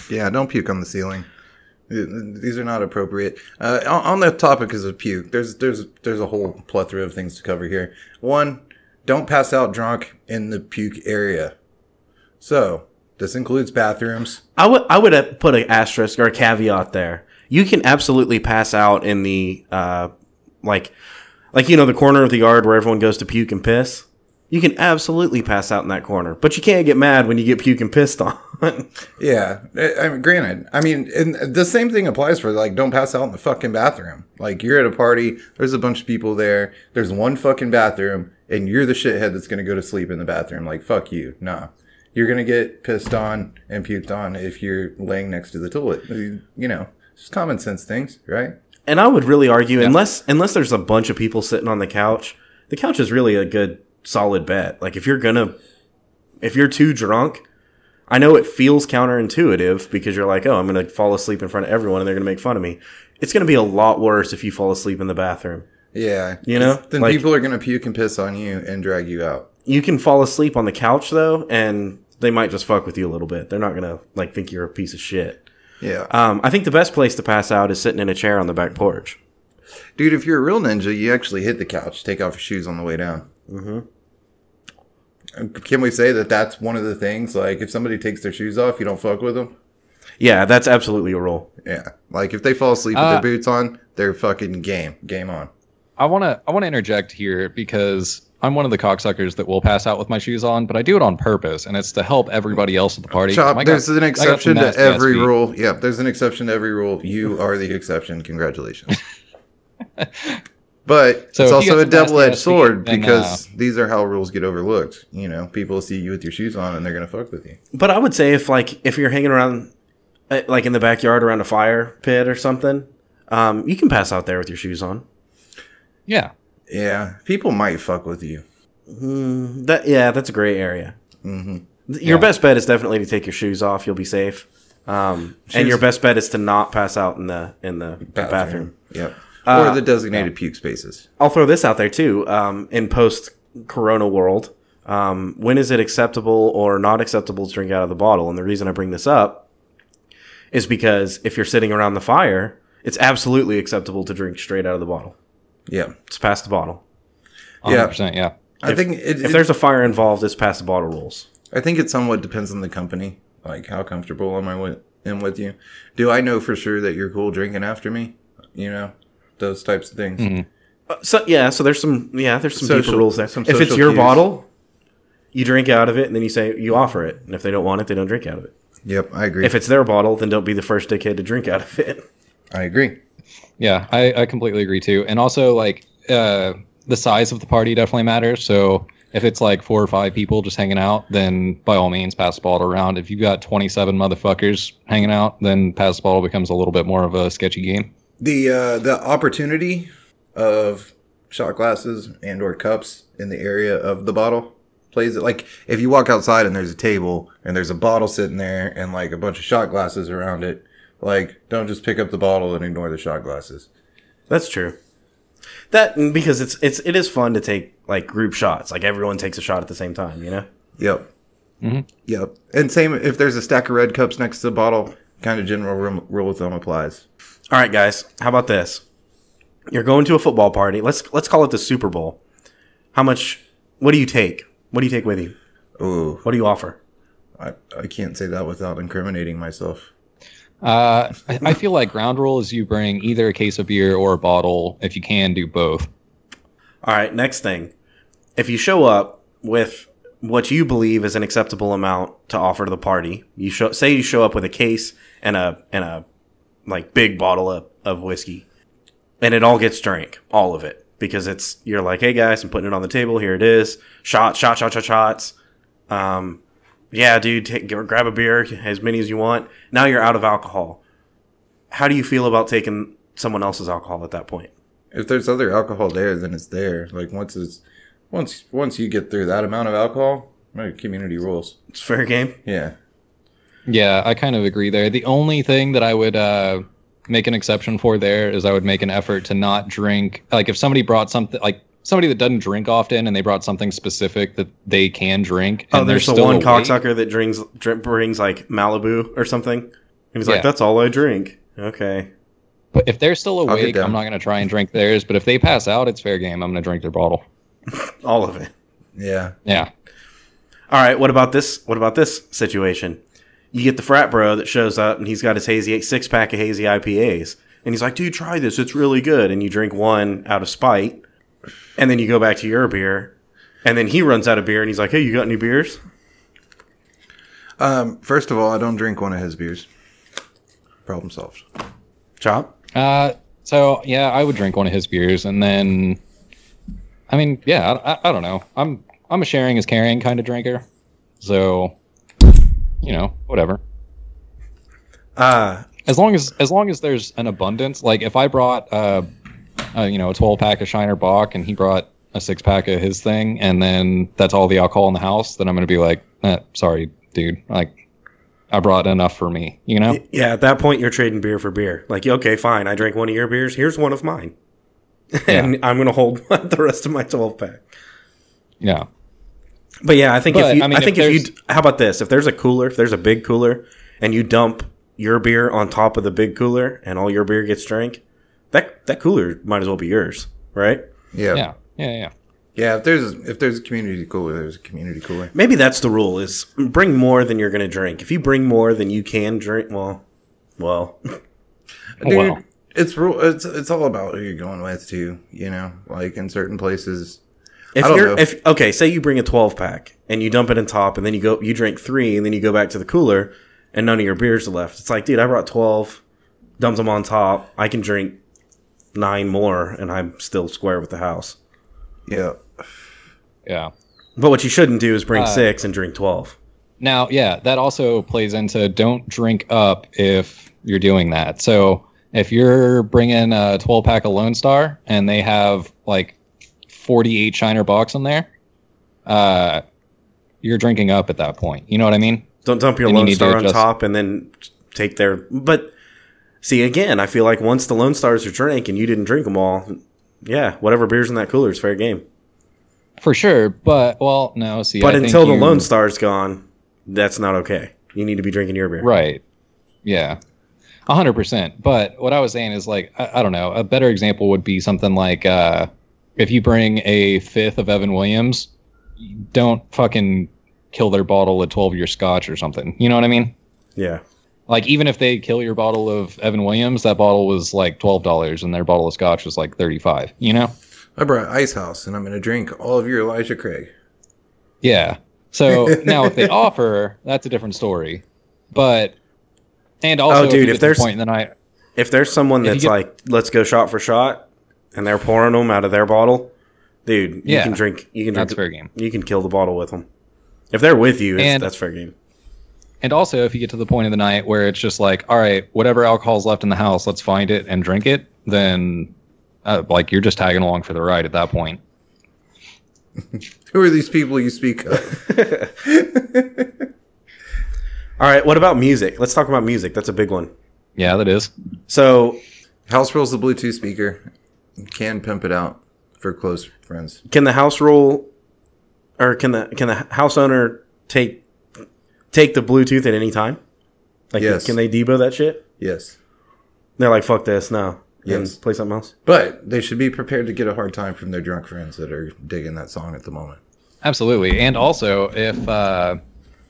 Speaker 3: Yeah, don't puke on the ceiling. Th- These are not appropriate. Uh, on on the topic is of puke. There's there's there's a whole plethora of things to cover here. One, don't pass out drunk in the puke area. So this includes bathrooms.
Speaker 1: I would I would uh, put an asterisk or a caveat there. You can absolutely pass out in the uh, like like you know the corner of the yard where everyone goes to puke and piss. You can absolutely pass out in that corner, but you can't get mad when you get puke and pissed on.
Speaker 3: Yeah, I I mean, granted, I mean, and the same thing applies for like, don't pass out in the fucking bathroom. Like, you're at a party, there's a bunch of people there, there's one fucking bathroom, and you're the shithead that's gonna go to sleep in the bathroom. Like, fuck you, nah. You're gonna get pissed on and puked on if you're laying next to the toilet. You you know, just common sense things, right?
Speaker 1: and I would really argue unless unless there's a bunch of people sitting on the couch, the couch is really a good solid bet. Like if you're gonna if you're too drunk, I know it feels counterintuitive because you're like, oh, I'm gonna fall asleep in front of everyone and they're gonna make fun of me. It's gonna be a lot worse if you fall asleep in the bathroom.
Speaker 3: Yeah,
Speaker 1: You know,
Speaker 3: then
Speaker 1: like-
Speaker 3: people are gonna puke and piss on you and drag you out.
Speaker 1: You can fall asleep on the couch though, and they might just fuck with you a little bit. They're not gonna like think you're a piece of shit.
Speaker 3: Yeah.
Speaker 1: Um, I think the best place to pass out is sitting in a chair on the back porch.
Speaker 3: Dude, if you're a real ninja, you actually hit the couch, take off your shoes on the way down. Mm-hmm. Can we say that that's one of the things? Like, if somebody takes their shoes off, you don't fuck with them?
Speaker 1: Yeah, that's absolutely a rule.
Speaker 3: Yeah. Like, if they fall asleep
Speaker 2: Uh,
Speaker 3: with their boots on, they're fucking game. Game on.
Speaker 2: I want to I want to interject here because I'm one of the cocksuckers that will pass out with my shoes on, but I do it on purpose, and it's to help everybody else at the party.
Speaker 3: Chop,
Speaker 2: I got-
Speaker 3: there's an
Speaker 2: I got some
Speaker 3: exception to
Speaker 2: nasty ass
Speaker 3: every
Speaker 2: feet.
Speaker 3: rule. Yeah, there's an exception to every rule. You are the exception. Congratulations. but
Speaker 2: So
Speaker 3: it's
Speaker 2: if you got
Speaker 3: also a
Speaker 2: some nasty
Speaker 3: double edged
Speaker 2: ass feet,
Speaker 3: sword
Speaker 2: then,
Speaker 3: because these are how rules get overlooked. You know, people see you with your shoes on and they're going to fuck with you.
Speaker 1: But I would say if like if you're hanging around, uh, like in the backyard around a fire pit or something, um, you can pass out there with your shoes on.
Speaker 2: Yeah,
Speaker 3: Yeah, people might fuck with you.
Speaker 1: Mm, that yeah, that's a gray area.
Speaker 3: hmm
Speaker 1: Th- Your
Speaker 2: Yeah.
Speaker 1: best bet is definitely to take your shoes off. You'll be safe. Um, and
Speaker 3: Shoes-
Speaker 1: your best bet is to not pass out in the in the bathroom.
Speaker 3: Bathroom. Yep.
Speaker 1: Uh,
Speaker 3: or the designated puke spaces.
Speaker 1: I'll throw this out there too. Um, in post Corona world, um, when is it acceptable or not acceptable to drink out of the bottle? And the reason I bring this up is because if you're sitting around the fire, it's absolutely acceptable to drink straight out of the bottle.
Speaker 3: Yeah.
Speaker 1: It's past the bottle.
Speaker 2: 100%, yeah.
Speaker 3: I think it,
Speaker 1: If
Speaker 3: it-
Speaker 1: there's a fire involved, it's past the bottle rules.
Speaker 3: I think it somewhat depends on the company. Like how comfortable am I with am with you? Do I know for sure that you're cool drinking after me? You know, those types of things.
Speaker 1: Mm-hmm. Uh, So yeah, so there's some yeah, there's some deeper
Speaker 3: Social-
Speaker 1: rules there.
Speaker 3: some
Speaker 1: if it's
Speaker 3: social
Speaker 1: your
Speaker 3: cues.
Speaker 1: bottle, you drink out of it, and then you say you offer it, and if they don't want it, they don't drink out of it.
Speaker 3: Yep, I agree.
Speaker 1: If it's their bottle, then don't be the first dickhead to drink out of it.
Speaker 3: I agree.
Speaker 2: Yeah, I, I completely agree too. And also, like, uh, the size of the party definitely matters. So if it's like four or five people just hanging out, then by all means, pass the ball around. If you've got 27 motherfuckers hanging out, then pass the ball becomes a little bit more of a sketchy game.
Speaker 3: The uh, the opportunity of shot glasses and or cups in the area of the bottle plays it like if you walk outside and there's a table and there's a bottle sitting there and like a bunch of shot glasses around it, like don't just pick up the bottle and ignore the shot glasses.
Speaker 1: That's true. That and because it's it's it is fun to take like group shots. Like everyone takes a shot at the same time, you know.
Speaker 3: Yep. Yep. And same if there's a stack of red cups next to the bottle, kind of general rule, rule of thumb applies.
Speaker 1: All right, guys, how about this? You're going to a football party. Let's let's call it the Super Bowl. How much? What do you take? What do you take with you?
Speaker 3: Ooh,
Speaker 1: What do you offer?
Speaker 3: I, I can't say that without incriminating myself.
Speaker 2: Uh, I, I feel like ground rule is you bring either a case of beer or a bottle. If you can, do both.
Speaker 1: All right, next thing. If you show up with what you believe is an acceptable amount to offer to the party, you show say you show up with a case and a and a like big bottle of, of whiskey, and it all gets drank, all of it, because it's you're like, hey guys, I'm putting it on the table. Here it is, shot, shot, shot, shot, shots. Um, yeah, dude, take, g- grab a beer, as many as you want. Now you're out of alcohol. How do you feel about taking someone else's alcohol at that point?
Speaker 3: If there's other alcohol there, then it's there. Like once it's once once you get through that amount of alcohol, my community rules.
Speaker 1: It's fair game.
Speaker 3: Yeah.
Speaker 2: Yeah, I kind of agree there. The only thing that I would uh, make an exception for there is I would make an effort to not drink. Like if somebody brought something, like somebody that doesn't drink often, and they brought something specific that they can drink.
Speaker 1: Oh,
Speaker 2: and
Speaker 1: there's
Speaker 2: they're
Speaker 1: the one
Speaker 2: awake-
Speaker 1: cocksucker that drinks drink, brings like Malibu or something, and he's like,
Speaker 2: Yeah.
Speaker 1: "That's all I drink." Okay,
Speaker 2: But if they're still
Speaker 3: get
Speaker 2: awake,
Speaker 3: down.
Speaker 2: I'm not going to try and drink theirs. But if they pass out, it's fair game. I'm going to drink their bottle.
Speaker 1: all of it.
Speaker 3: Yeah.
Speaker 2: Yeah.
Speaker 1: All right, what about this? What about this situation? You get the frat bro that shows up and he's got his hazy six pack of hazy IPAs, and he's like, "Dude, try this; it's really good." And you drink one out of spite, and then you go back to your beer, and then he runs out of beer and he's like, "Hey, you got any beers?"
Speaker 3: Um, first of all, I don't drink one of his beers. Problem solved.
Speaker 1: Chop.
Speaker 2: Uh, so yeah, I would drink one of his beers, and then, I mean, yeah, I, I, I don't know. I'm I'm a sharing is caring kind of drinker, so you know, whatever.
Speaker 1: Uh,
Speaker 2: As long as as long as there's an abundance, like if I brought uh, uh you know, a twelve pack of Shiner Bock, and he brought a six pack of his thing, and then that's all the alcohol in the house, then I'm gonna be like, eh, sorry, dude, like. I brought enough for me, you know.
Speaker 1: yeah, at that point, you're trading beer for beer. Like, okay, fine, I drank one of your beers. Here's one of mine.
Speaker 2: Yeah,
Speaker 1: and I'm going to hold the rest of my 12 pack.
Speaker 2: yeah.
Speaker 1: But yeah, I think
Speaker 2: But,
Speaker 1: if you,
Speaker 2: I
Speaker 1: I,
Speaker 2: mean, if
Speaker 1: think if,
Speaker 2: there's-
Speaker 1: you, how about this? If there's a cooler, if there's a big cooler, and you dump your beer on top of the big cooler, and all your beer gets drank, that that cooler might as well be yours, right?
Speaker 3: Yeah. yeah,
Speaker 2: Yeah, yeah, yeah.
Speaker 3: If there's if there's a community cooler, there's a community cooler.
Speaker 1: Maybe that's the rule: is bring more than you're going to drink. If you bring more than you can drink, well, well,
Speaker 3: Dude,
Speaker 2: Wow.
Speaker 3: it's rule. It's it's all about who you're going with too. You know, like in certain places.
Speaker 1: if
Speaker 3: I don't
Speaker 1: you're
Speaker 3: know.
Speaker 1: if okay, say you bring a 12 pack and you dump it in top, and then you go you drink three, and then you go back to the cooler, and none of your beers are left. It's like, dude, I brought 12, dumped them on top. I can drink nine more, and I'm still square with the house.
Speaker 3: Yeah.
Speaker 2: yeah.
Speaker 1: But what you shouldn't do is bring
Speaker 2: Uh,
Speaker 1: six and drink 12.
Speaker 2: Now, yeah, that also plays into don't drink up if you're doing that. So if you're bringing a 12 pack of Lone Star and they have like 48 Shiner Box in there, uh, you're drinking up at that point. You know what I mean?
Speaker 1: Don't dump your
Speaker 2: Then you
Speaker 1: Lone
Speaker 2: need to
Speaker 1: Star on
Speaker 2: adjust-
Speaker 1: top and then take their. But see, again, I feel like once the Lone Stars are drank and you didn't drink them all, yeah, whatever beer's in that cooler is fair game.
Speaker 2: For sure. But, well, no, see.
Speaker 1: but
Speaker 2: I think
Speaker 1: until the
Speaker 2: you-
Speaker 1: Lone Star's gone, that's not okay. You need to be drinking your beer.
Speaker 2: Right. Yeah. A hundred percent. But what I was saying is like I, I don't know. A better example would be something like uh, if you bring a fifth of Evan Williams, don't fucking kill their bottle of twelve year Scotch or something. You know what I mean?
Speaker 1: Yeah.
Speaker 2: Like even if they kill your bottle of Evan Williams, that bottle was like twelve dollars, and their bottle of Scotch was like thirty five. You know?
Speaker 3: I brought Ice House, and I'm gonna drink all of your Elijah Craig.
Speaker 2: Yeah. So now if they offer, that's a different story. But and
Speaker 1: Oh,
Speaker 2: also,
Speaker 1: dude, if
Speaker 2: you get to the
Speaker 1: there's-
Speaker 2: point, then I
Speaker 1: If there's someone
Speaker 2: If you
Speaker 1: that's
Speaker 2: get-
Speaker 1: like, let's go shot for shot, and they're pouring them out of their bottle, dude, you
Speaker 2: Yeah.
Speaker 1: can drink. You can
Speaker 2: that's
Speaker 1: drink.
Speaker 2: fair game.
Speaker 1: You can kill the bottle with them. If they're with you, it's,
Speaker 2: And-
Speaker 1: that's fair game.
Speaker 2: And also, if you get to the point of the night where it's just like, all right, whatever alcohol's left in the house, let's find it and drink it, then uh, like you're just tagging along for the ride at that point.
Speaker 3: Who are these people you speak of?
Speaker 1: All right, what about music? Let's talk about music. That's a big one.
Speaker 2: Yeah, that is.
Speaker 1: So,
Speaker 3: House rules the Bluetooth speaker. Can pimp it out for close friends.
Speaker 1: can the house rule, or can the can the house owner take take the Bluetooth at any time? Like,
Speaker 3: Yes.
Speaker 1: can they debo that shit?
Speaker 3: Yes.
Speaker 1: They're like, fuck this, no. And
Speaker 3: Yes.
Speaker 1: play something else.
Speaker 3: But they should be prepared to get a hard time from their drunk friends that are digging that song at the moment.
Speaker 2: Absolutely. And also, if uh,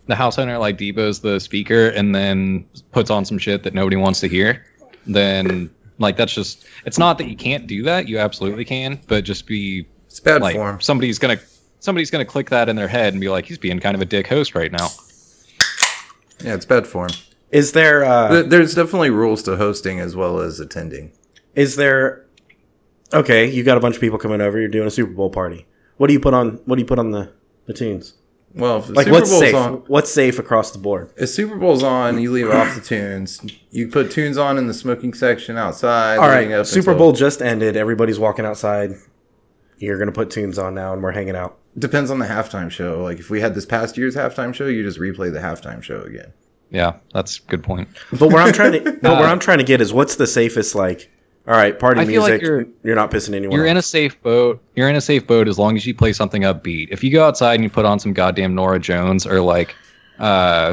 Speaker 2: the house owner like Debo's the speaker and then puts on some shit that nobody wants to hear, then like that's just, it's not that you can't do that. You absolutely can, but just be
Speaker 3: It's bad
Speaker 2: like,
Speaker 3: form.
Speaker 2: somebody's going to. Somebody's going to click that in their head and be like, he's being kind of a dick host right now.
Speaker 3: Yeah, it's bad form.
Speaker 1: Is there uh,
Speaker 3: Th- There's definitely rules to hosting as well as attending.
Speaker 1: is there okay you got a bunch of people coming over you're doing a super bowl party what do you put on what do you put on the the tunes
Speaker 3: Well, if the
Speaker 1: like
Speaker 3: Super
Speaker 1: what's
Speaker 3: Bowl's
Speaker 1: safe
Speaker 3: on,
Speaker 1: what's safe across the board
Speaker 3: if Super Bowl's on, you leave off the tunes. You put tunes on in the smoking section outside.
Speaker 1: all
Speaker 3: leading
Speaker 1: right
Speaker 3: up
Speaker 1: super
Speaker 3: until-
Speaker 1: bowl just ended everybody's walking outside you're gonna put tunes on now and we're hanging out
Speaker 3: depends on the halftime show. Like if we had this past year's halftime show, you just replay the halftime show again.
Speaker 2: Yeah, that's a good point.
Speaker 1: but where i'm trying to but where i'm trying to get is what's the safest like all right party
Speaker 2: I feel like
Speaker 1: music you're,
Speaker 2: you're-
Speaker 1: not pissing anyone
Speaker 2: You're
Speaker 1: off.
Speaker 2: in a safe boat. You're in a safe boat as long as you play something upbeat. If you go outside and you put on some goddamn Nora Jones or like uh,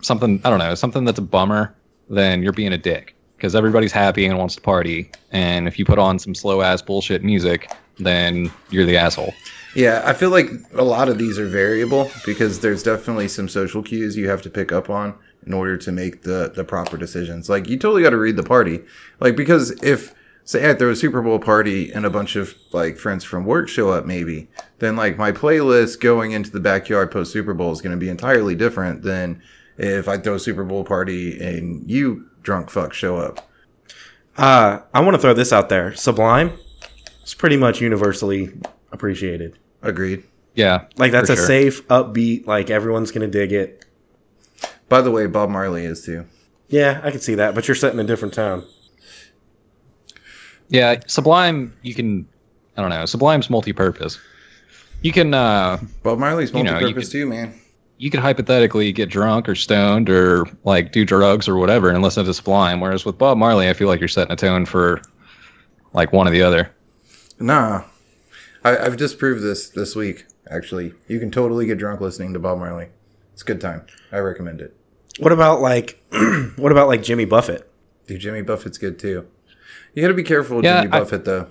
Speaker 2: something, I don't know, something that's a bummer, then you're being a dick because everybody's happy and wants to party. And if you put on some slow ass bullshit music, then you're the asshole.
Speaker 3: Yeah, I feel like a lot of these are variable because there's definitely some social cues you have to pick up on in order to make the the proper decisions. Like you totally got to read the party. Like because if say I throw a Super Bowl party and a bunch of like friends from work show up maybe, then like my playlist going into the backyard post Super Bowl is going to be entirely different than if I throw a Super Bowl party and you drunk fuck show up.
Speaker 1: uh i want to throw this out there sublime it's pretty much universally appreciated
Speaker 3: Agreed.
Speaker 2: Yeah,
Speaker 1: like that's
Speaker 2: For
Speaker 1: a
Speaker 2: sure.
Speaker 1: safe upbeat like everyone's gonna dig it
Speaker 3: By the way, Bob Marley is too.
Speaker 1: Yeah, I can see that, but you're setting a different tone.
Speaker 2: yeah. Sublime, you can. I don't know. Sublime's multi-purpose. You can. uh
Speaker 3: Bob Marley's
Speaker 2: You know, you
Speaker 3: multi-purpose too, man.
Speaker 2: you could hypothetically get drunk or stoned or like do drugs or whatever and listen to Sublime. Whereas with Bob Marley, I feel like you're setting a tone for like one or the other.
Speaker 3: Nah, I, I've just proved this this week. Actually, you can totally get drunk listening to Bob Marley. It's a good time. I recommend it.
Speaker 1: What about like what about like Jimmy Buffett?
Speaker 3: Dude, Jimmy Buffett's good too. You got to be careful with
Speaker 2: Yeah,
Speaker 3: Jimmy
Speaker 2: I-
Speaker 3: Buffett though.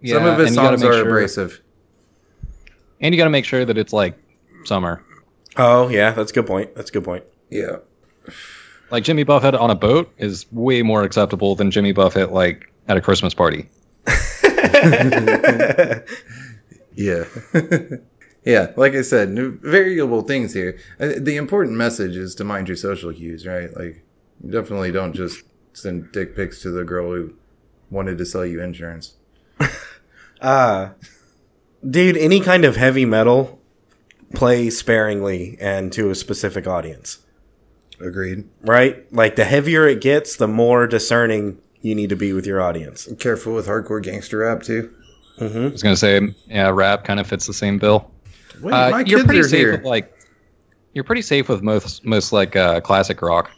Speaker 2: Yeah,
Speaker 3: Some of his
Speaker 2: and you gotta
Speaker 3: songs
Speaker 2: make
Speaker 3: are
Speaker 2: sure-
Speaker 3: abrasive.
Speaker 2: And you got to make sure that it's like summer.
Speaker 1: Oh yeah, that's a good point. That's a good point.
Speaker 3: Yeah.
Speaker 2: Like Jimmy Buffett on a boat is way more acceptable than Jimmy Buffett like at a Christmas party.
Speaker 3: Yeah. yeah. Like I said, n- variable things here. Uh, The important message is to mind your social cues, right? Like, you definitely don't just send dick pics to the girl who wanted to sell you insurance.
Speaker 1: Uh dude, any kind of heavy metal play sparingly and to a specific audience.
Speaker 3: Agreed.
Speaker 1: Right? Like the heavier it gets, the more discerning you need to be with your audience.
Speaker 3: Careful with hardcore gangster rap, too.
Speaker 2: I was gonna say, yeah, rap kind of fits the same bill.
Speaker 3: Wait,
Speaker 2: Uh,
Speaker 3: my
Speaker 2: you're
Speaker 3: kids
Speaker 2: pretty
Speaker 3: are
Speaker 2: safe
Speaker 3: here.
Speaker 2: with like you're pretty safe with most most like uh, classic rock.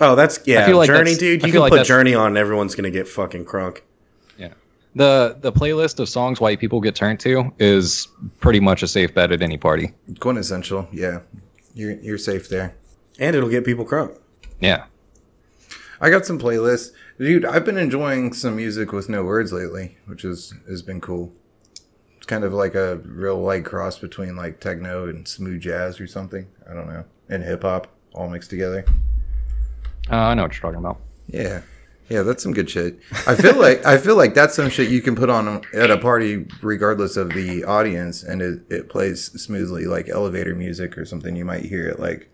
Speaker 1: Oh, that's yeah,
Speaker 2: I feel like
Speaker 1: Journey,
Speaker 2: that's-
Speaker 1: dude.
Speaker 2: I
Speaker 1: You
Speaker 2: feel
Speaker 1: can
Speaker 2: like
Speaker 1: put
Speaker 2: that's-
Speaker 1: Journey on and everyone's gonna get fucking crunk.
Speaker 2: The the playlist of songs white people get turned to is pretty much a safe bet at any party.
Speaker 3: Quintessential. Yeah. You're, you're safe there.
Speaker 1: And it'll get people crunk.
Speaker 2: Yeah.
Speaker 3: I got some playlists. Dude, I've been enjoying some music with no words lately, which is has been cool. It's kind of like a real light cross between like techno and smooth jazz or something. I don't know. And hip hop all mixed together.
Speaker 2: Uh, I know what you're talking about.
Speaker 3: Yeah. Yeah, that's some good shit. I feel like I feel like that's some shit you can put on at a party regardless of the audience and it, it plays smoothly like elevator music or something you might hear it like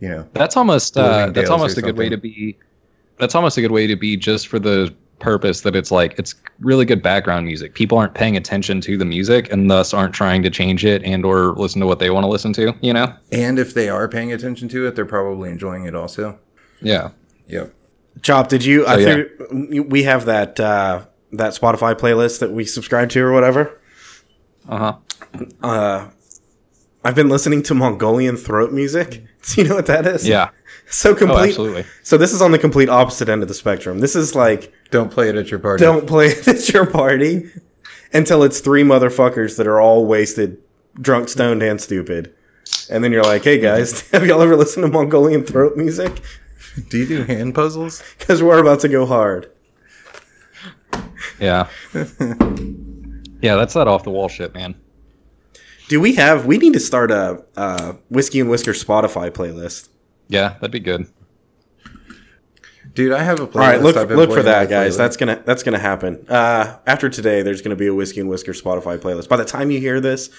Speaker 3: you know.
Speaker 2: That's almost uh,
Speaker 3: Bloomingdale's
Speaker 2: that's
Speaker 3: or
Speaker 2: almost a good way to be. That's almost a good way to be just for the purpose that it's like it's really good background music. People aren't paying attention to the music and thus aren't trying to change it and or listen to what they want to listen to. You know?
Speaker 3: And if they are paying attention to it, they're probably enjoying it also.
Speaker 2: Yeah.
Speaker 3: Yep.
Speaker 1: Chop, did you? I
Speaker 2: So, Oh, yeah.
Speaker 1: threw, we have that uh, that Spotify playlist that we subscribe to or whatever.
Speaker 2: Uh huh.
Speaker 1: Uh, I've been listening to Mongolian throat music. Do you know what that is?
Speaker 2: Yeah.
Speaker 1: So
Speaker 2: Oh,
Speaker 1: complete.
Speaker 2: absolutely.
Speaker 1: so this is on the complete opposite end of the spectrum. This is like
Speaker 3: Don't play it at your party.
Speaker 1: don't play it at your party until it's three motherfuckers that are all wasted, drunk, stoned, and stupid. And then you're like, hey guys, have y'all ever listened to Mongolian throat music?
Speaker 3: Do you do hand puzzles?
Speaker 1: Because we're about to go hard.
Speaker 2: Yeah. yeah, that's that off the wall shit, man.
Speaker 1: Do we have? We need to start a, a whiskey and whisker Spotify playlist.
Speaker 2: Yeah, that'd be good.
Speaker 3: Dude, I have a playlist.
Speaker 1: All right,
Speaker 3: I've
Speaker 1: look
Speaker 3: been
Speaker 1: look for
Speaker 3: playing
Speaker 1: that,
Speaker 3: with
Speaker 1: guys.
Speaker 3: lately.
Speaker 1: That's gonna that's gonna happen. Uh, after today, there's gonna be a whiskey and whisker Spotify playlist. By the time you hear this,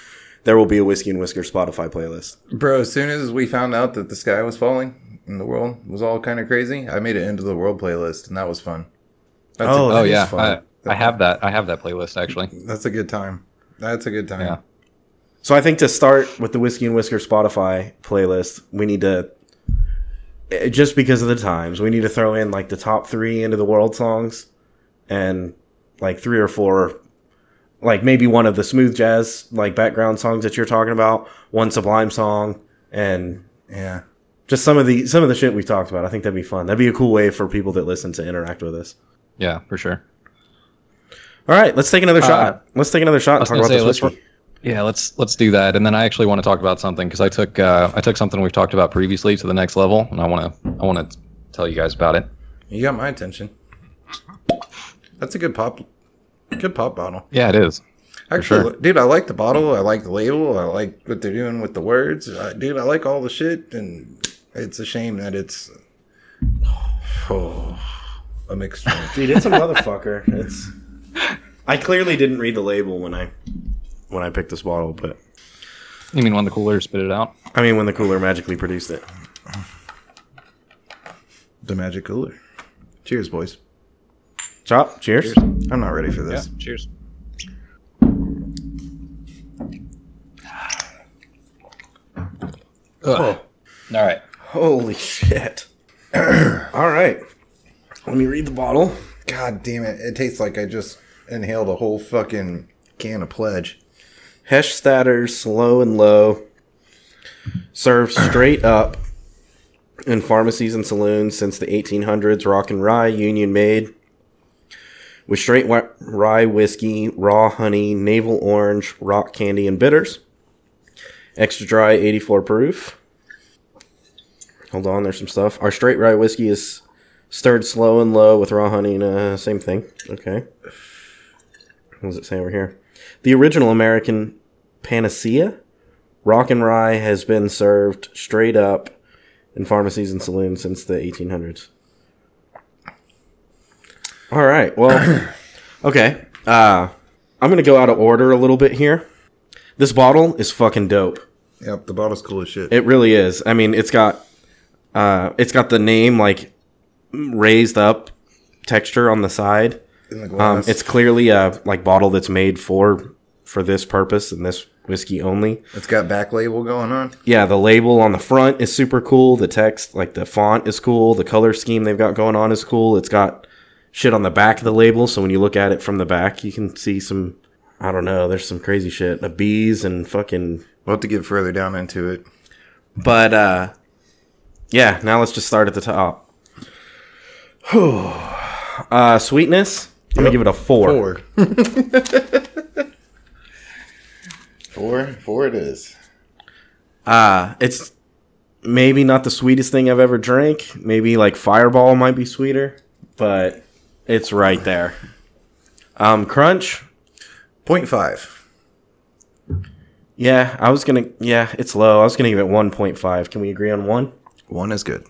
Speaker 1: there will be a whiskey and whisker Spotify playlist.
Speaker 3: bro. As soon as we found out that the sky was falling and the world was all kind of crazy, I made an end of the world playlist, and that was fun. That's
Speaker 1: Oh,
Speaker 3: a,
Speaker 1: that
Speaker 2: Oh
Speaker 1: is
Speaker 2: yeah,
Speaker 1: fun.
Speaker 2: I, I have that. I have that playlist actually.
Speaker 3: that's a good time. That's a good time.
Speaker 2: Yeah.
Speaker 1: So I think to start with the whiskey and whisker Spotify playlist, we need to eh, just because of the times, we need to throw in like the top three end of the world songs, and like three or four, like maybe one of the smooth jazz like background songs that you're talking about, one Sublime song, and
Speaker 3: Yeah.
Speaker 1: just some of the some of the shit we talked about. I think that'd be fun. That'd be a cool way for people that listen to interact with us.
Speaker 2: Yeah, for sure.
Speaker 1: All right, let's take another
Speaker 2: Uh,
Speaker 1: shot. Let's take another shot
Speaker 2: I
Speaker 1: and
Speaker 2: was
Speaker 1: talk
Speaker 2: gonna
Speaker 1: about
Speaker 2: say
Speaker 1: this
Speaker 2: let's
Speaker 1: whiskey.
Speaker 2: yeah let's let's do that. And then I actually want to talk about something because I took uh, I took something we've talked about previously to the next level, and I want to I want to tell you guys about it.
Speaker 3: You got my attention. That's a good pop. Good pop bottle.
Speaker 2: Yeah, it is.
Speaker 3: Actually, dude, I like the bottle. I like the label. I like what they're doing with the words. Uh, dude, I like all the shit, and it's a shame that it's oh, a mixed drink.
Speaker 1: Dude, it's a motherfucker. It's. I clearly didn't read the label when I when I picked this bottle, but
Speaker 2: You mean when the cooler spit it out?
Speaker 1: I mean when the cooler magically produced it.
Speaker 3: the magic cooler. Cheers, boys.
Speaker 1: Chop, cheers.
Speaker 3: I'm not ready for this.
Speaker 2: Cheers. Ugh. All right.
Speaker 1: Holy shit! All right, let me read the bottle.
Speaker 3: God damn it. It tastes like I just inhaled a whole fucking can of pledge.
Speaker 1: Hechstadter's Slow and Low served straight up in pharmacies and saloons since the 1800s. Rock and Rye Union made with straight whi- rye whiskey, raw honey, navel orange, rock candy, and bitters. Extra dry, 84 proof. Hold on, there's some stuff. Our straight rye whiskey is stirred slow and low with raw honey and uh, same thing. Okay. What does it say over here? The original American panacea, rock and rye, has been served straight up in pharmacies and saloons since the 1800s. All right. Well, okay. Uh, I'm going to go out of order a little bit here. This bottle is fucking dope.
Speaker 3: Yep, the bottle's cool as shit.
Speaker 1: It really is. I mean, it's got uh, it's got the name like raised up texture on the side.
Speaker 3: In the
Speaker 1: Um,
Speaker 3: glass.
Speaker 1: it's clearly a like bottle that's made for for this purpose and this whiskey only.
Speaker 3: it's got back label going on.
Speaker 1: Yeah, the label on the front is super cool. The text, like the font, is cool. The color scheme they've got going on is cool. It's got shit on the back of the label, so when you look at it from the back, you can see some. I don't know. There's some crazy shit. The bees and fucking
Speaker 3: We'll have to get further down into it.
Speaker 1: But uh yeah, now let's just start at the top. Whew. Uh sweetness, I'm gonna give it a four.
Speaker 4: Four. four. Four it is.
Speaker 1: Uh it's maybe not the sweetest thing I've ever drank. Maybe like fireball might be sweeter, but it's right there. Um crunch,
Speaker 3: Point five.
Speaker 1: yeah, I was gonna yeah, it's low. I was gonna give it one point five. Can we agree on one?
Speaker 3: One is good.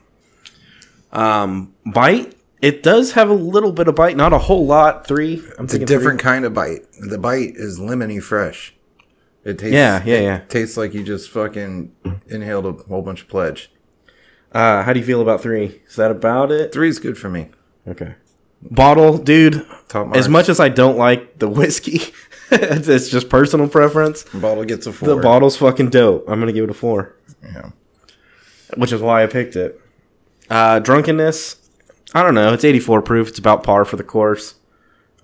Speaker 1: Um bite? It does have a little bit of bite, not a whole lot. Three. I'm
Speaker 3: It's a
Speaker 1: thinking
Speaker 3: different kind of bite. The bite is lemony fresh. It tastes
Speaker 1: Three. Yeah, yeah, yeah.
Speaker 3: tastes like you just fucking inhaled a whole bunch of pledge.
Speaker 1: Uh, how do you feel about three? Is that about it?
Speaker 3: Three's good for me.
Speaker 1: Okay. Bottle, dude.
Speaker 3: Top marks.
Speaker 1: As much as I don't like the whiskey, it's just personal preference.
Speaker 3: bottle gets a four.
Speaker 1: The bottle's fucking dope. I'm gonna give it a four,
Speaker 3: Yeah.
Speaker 1: which is why I picked it. Uh, drunkenness. I don't know. It's 84 proof. It's about par for the course.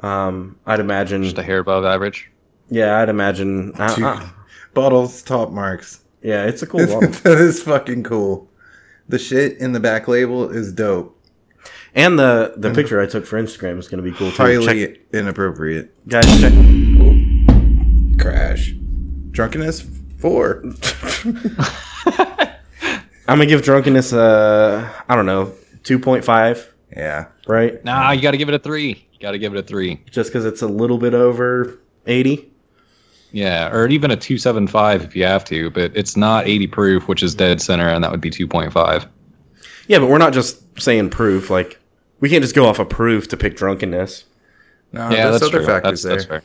Speaker 1: Um, I'd imagine.
Speaker 2: Just a hair above average.
Speaker 1: yeah, I'd imagine. I-
Speaker 3: Dude.
Speaker 1: I-
Speaker 3: Bottles top marks.
Speaker 1: yeah, it's a cool bottle.
Speaker 3: that is fucking cool. The shit in the back label is dope.
Speaker 1: And the the picture I took for Instagram is gonna be cool too.
Speaker 3: Highly
Speaker 1: Check,
Speaker 3: inappropriate.
Speaker 1: guys, check.
Speaker 3: Crash. Drunkenness four.
Speaker 1: I'm gonna give drunkenness a I don't know 2.5,
Speaker 3: Yeah.
Speaker 1: right?
Speaker 2: Nah, you got to give it a three. You got to give it a three.
Speaker 1: just because it's a little bit over 80
Speaker 2: Yeah, or even a two seven five if you have to, but it's not eighty proof, which is dead center, and that would be two point five.
Speaker 1: yeah but we're not just saying proof like we can't just go off a proof to pick drunkenness
Speaker 3: No,
Speaker 2: yeah,
Speaker 3: there's
Speaker 2: that's
Speaker 3: other
Speaker 2: true.
Speaker 3: factors
Speaker 2: That's, that's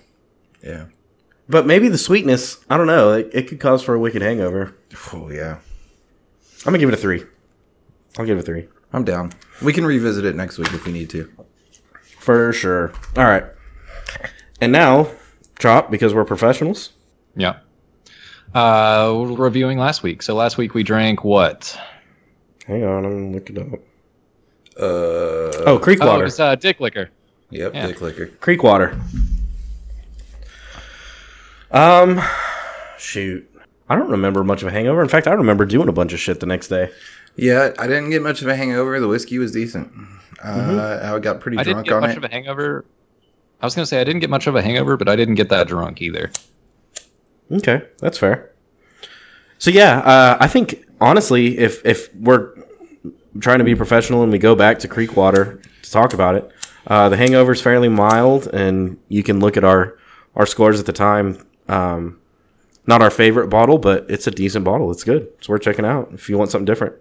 Speaker 3: there.
Speaker 2: fair.
Speaker 1: but maybe the sweetness i don't know it, it could cause for a wicked hangover
Speaker 3: yeah. Oh yeah.
Speaker 1: i'm gonna give it a three i'll give it a three
Speaker 3: I'm down. We can revisit it next week if we need to.
Speaker 1: for sure all right and now chop because we're professionals
Speaker 2: Yeah. Uh, we're reviewing last week. So last week we drank what?
Speaker 1: hang on i'm gonna look it up
Speaker 3: Uh.
Speaker 1: oh creek
Speaker 2: Oh, it
Speaker 1: water
Speaker 2: was uh, Dick Liquor.
Speaker 3: Yep.
Speaker 2: Yeah.
Speaker 3: Dick liquor.
Speaker 1: creek water um shoot i don't remember much of a hangover in fact i remember doing a bunch of shit the next day
Speaker 3: Yeah, I didn't get much of a hangover. The whiskey was decent. Uh, I got pretty
Speaker 2: Mm-hmm. I didn't
Speaker 3: drunk
Speaker 2: get
Speaker 3: on
Speaker 2: much
Speaker 3: it.
Speaker 2: of a hangover. I was gonna say I didn't get much of a hangover, but I didn't get that drunk either.
Speaker 1: Okay, that's fair. So yeah, uh, I think honestly, if if we're trying to be professional and we go back to Creek Water to talk about it, uh, the hangover is fairly mild, and you can look at our our scores at the time. Um, not our favorite bottle, but it's a decent bottle. It's good. It's worth checking out if you want something different.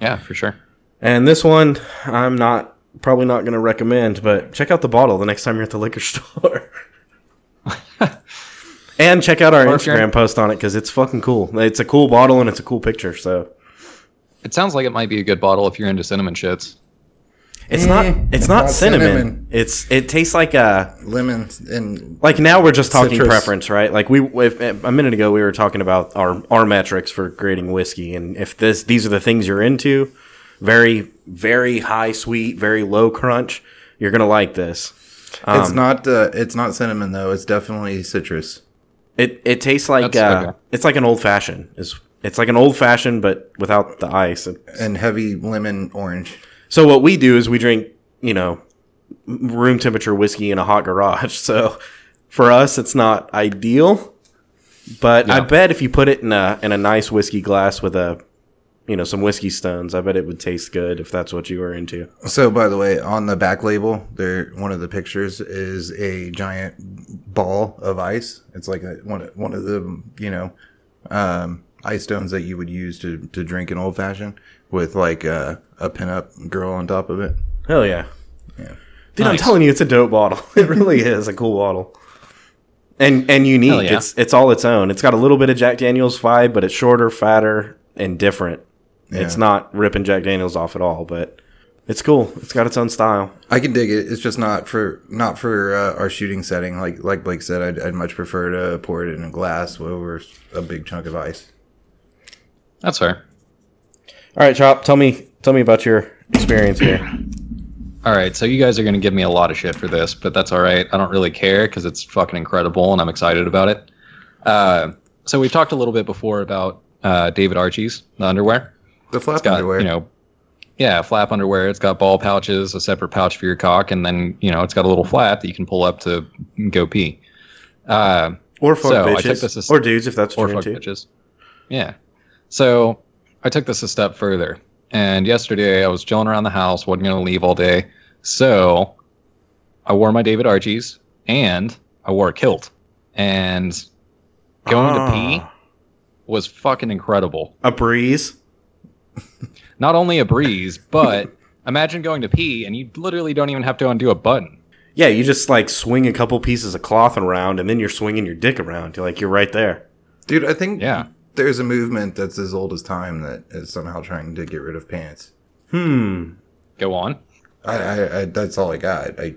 Speaker 2: Yeah, for sure.
Speaker 1: And this one, I'm not probably not going to recommend, but check out the bottle the next time you're at the liquor store. and check out our
Speaker 2: Or if you're-
Speaker 1: Instagram post on it because it's fucking cool. It's a cool bottle and it's a cool picture. So
Speaker 2: It sounds like it might be a good bottle if you're into cinnamon shits.
Speaker 1: it's
Speaker 3: Eh,
Speaker 1: not it's, not,
Speaker 3: not
Speaker 1: cinnamon.
Speaker 3: cinnamon.
Speaker 1: It's it tastes like a
Speaker 3: Lemon and
Speaker 1: like now we're just talking
Speaker 3: Citrus.
Speaker 1: preference, right? Like we if, a minute ago we were talking about our our metrics for grading whiskey, and if this these are the things you're into, very very high sweet, very low crunch, you're gonna like this.
Speaker 3: it's not uh, it's not cinnamon though. It's definitely citrus.
Speaker 1: It it tastes like
Speaker 2: That's-
Speaker 1: uh,
Speaker 2: okay.
Speaker 1: it's like an old fashioned. Is it's like an old fashioned, but without the ice.
Speaker 3: and heavy lemon orange.
Speaker 1: So what we do is we drink, you know, m- room temperature whiskey in a hot garage. So for us, it's not ideal, But I
Speaker 2: Yeah.
Speaker 1: bet if you put it in a in a nice whiskey glass with a you know some whiskey stones, I bet it would taste good if that's what you were into.
Speaker 3: So, by the way, on the back label, there one of the pictures is a giant ball of ice. It's like a, one of- one of the you know um, ice stones that you would use to to drink an old fashioned with like a, a pinup girl on top of it.
Speaker 1: Hell yeah.
Speaker 3: Yeah.
Speaker 1: Dude, I'm
Speaker 2: Nice.
Speaker 1: telling you, it's a dope bottle. It really is a cool bottle. And and unique.
Speaker 2: Hell yeah.
Speaker 1: It's it's all its own. It's got a little bit of Jack Daniels vibe, but it's shorter, fatter, and different. It's
Speaker 3: Yeah.
Speaker 1: not ripping Jack Daniels off at all, but it's cool. It's got its own style.
Speaker 3: I can dig it. It's just not for not for uh, our shooting setting. Like like Blake said, I'd, I'd much prefer to pour it in a glass over a big chunk of ice.
Speaker 2: That's fair.
Speaker 1: All right, Chop, tell me tell me about your experience here.
Speaker 2: All right, so you guys are going to give me a lot of shit for this, but that's all right. I don't really care because it's fucking incredible and I'm excited about it. Uh, so we've talked a little bit before about uh, David Archie's the underwear.
Speaker 3: The flap
Speaker 2: It's got
Speaker 3: underwear.
Speaker 2: you know, yeah, flap underwear. It's got ball pouches, a separate pouch for your cock, and then you know it's got a little flap that you can pull up to go pee. Uh,
Speaker 1: Or fuck
Speaker 2: So, I took
Speaker 1: bitches.
Speaker 2: this as-
Speaker 1: or dudes if that's
Speaker 2: or
Speaker 1: what you're
Speaker 2: fuck
Speaker 1: into.
Speaker 2: bitches. Yeah. So I took this a step further. And yesterday I was chilling around the house, wasn't going to leave all day. So I wore my David Archie's and I wore a kilt. And going to pee
Speaker 1: Ah,
Speaker 2: was fucking incredible.
Speaker 1: A breeze.
Speaker 2: Not only a breeze, but imagine going to pee and you literally don't even have to undo a button.
Speaker 1: Yeah, you just like swing a couple pieces of cloth around and then you're swinging your dick around. You're like you're right there.
Speaker 3: Dude, I think
Speaker 2: Yeah.
Speaker 3: there's a movement that's as old as time that is somehow trying to get rid of pants.
Speaker 1: Hmm.
Speaker 2: Go on.
Speaker 3: I, I, I that's all I got. I,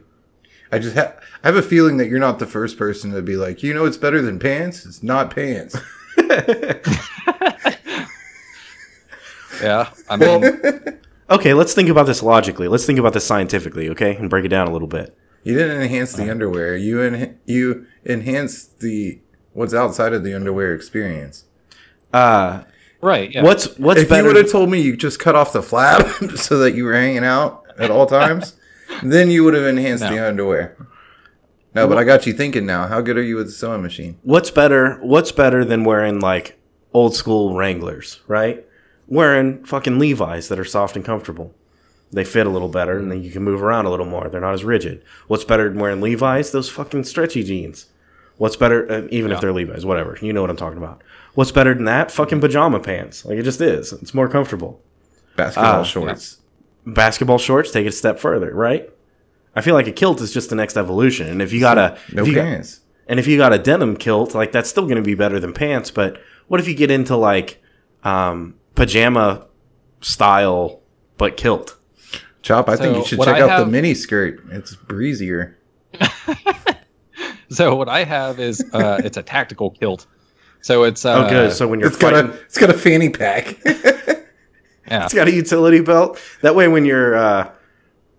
Speaker 3: I just ha- I have a feeling that you're not the first person to be like, you know, it's better than pants. It's not pants.
Speaker 2: Yeah. I mean,
Speaker 1: Okay, let's think about this logically. Let's think about this scientifically, okay? And break it down a little bit.
Speaker 3: You didn't enhance the underwear. You en- you enhanced the what's outside of the underwear experience.
Speaker 1: Uh
Speaker 2: right. Yeah.
Speaker 1: what's what's
Speaker 3: if you
Speaker 1: better
Speaker 3: would have told me you just cut off the flap so that you were hanging out at all times, then you would have enhanced the underwear. No, but I got you thinking now. How good are you with the sewing machine?
Speaker 1: what's better what's better than wearing like old school Wranglers, right? Wearing fucking Levi's that are soft and comfortable. They fit a little better and then you can move around a little more. They're not as rigid. What's better than wearing Levi's? Those fucking stretchy jeans. What's better uh, even if they're Levi's, whatever. You know what I'm talking about. What's better than that? Fucking pajama pants. Like it just is. It's more comfortable.
Speaker 2: Oh,
Speaker 3: Basketball shorts.
Speaker 1: basketball shorts take it a step further, right? I feel like a kilt is just the next evolution. And if you got a
Speaker 3: No
Speaker 1: if you got-
Speaker 3: pants.
Speaker 1: and if you got a denim kilt, like that's still going to be better than pants. But what if you get into like um, pajama style but kilt?
Speaker 3: Chop, I think
Speaker 2: So,
Speaker 3: you should
Speaker 2: what
Speaker 3: check
Speaker 2: I
Speaker 3: out the
Speaker 2: have-
Speaker 3: mini skirt. It's breezier.
Speaker 2: So what I have is uh, it's a tactical kilt. So it's uh,
Speaker 1: Oh, good. So when you're
Speaker 3: It's got
Speaker 1: fighting,
Speaker 3: a it's got a fanny pack.
Speaker 2: yeah,
Speaker 1: it's got a utility belt. That way, when you're uh,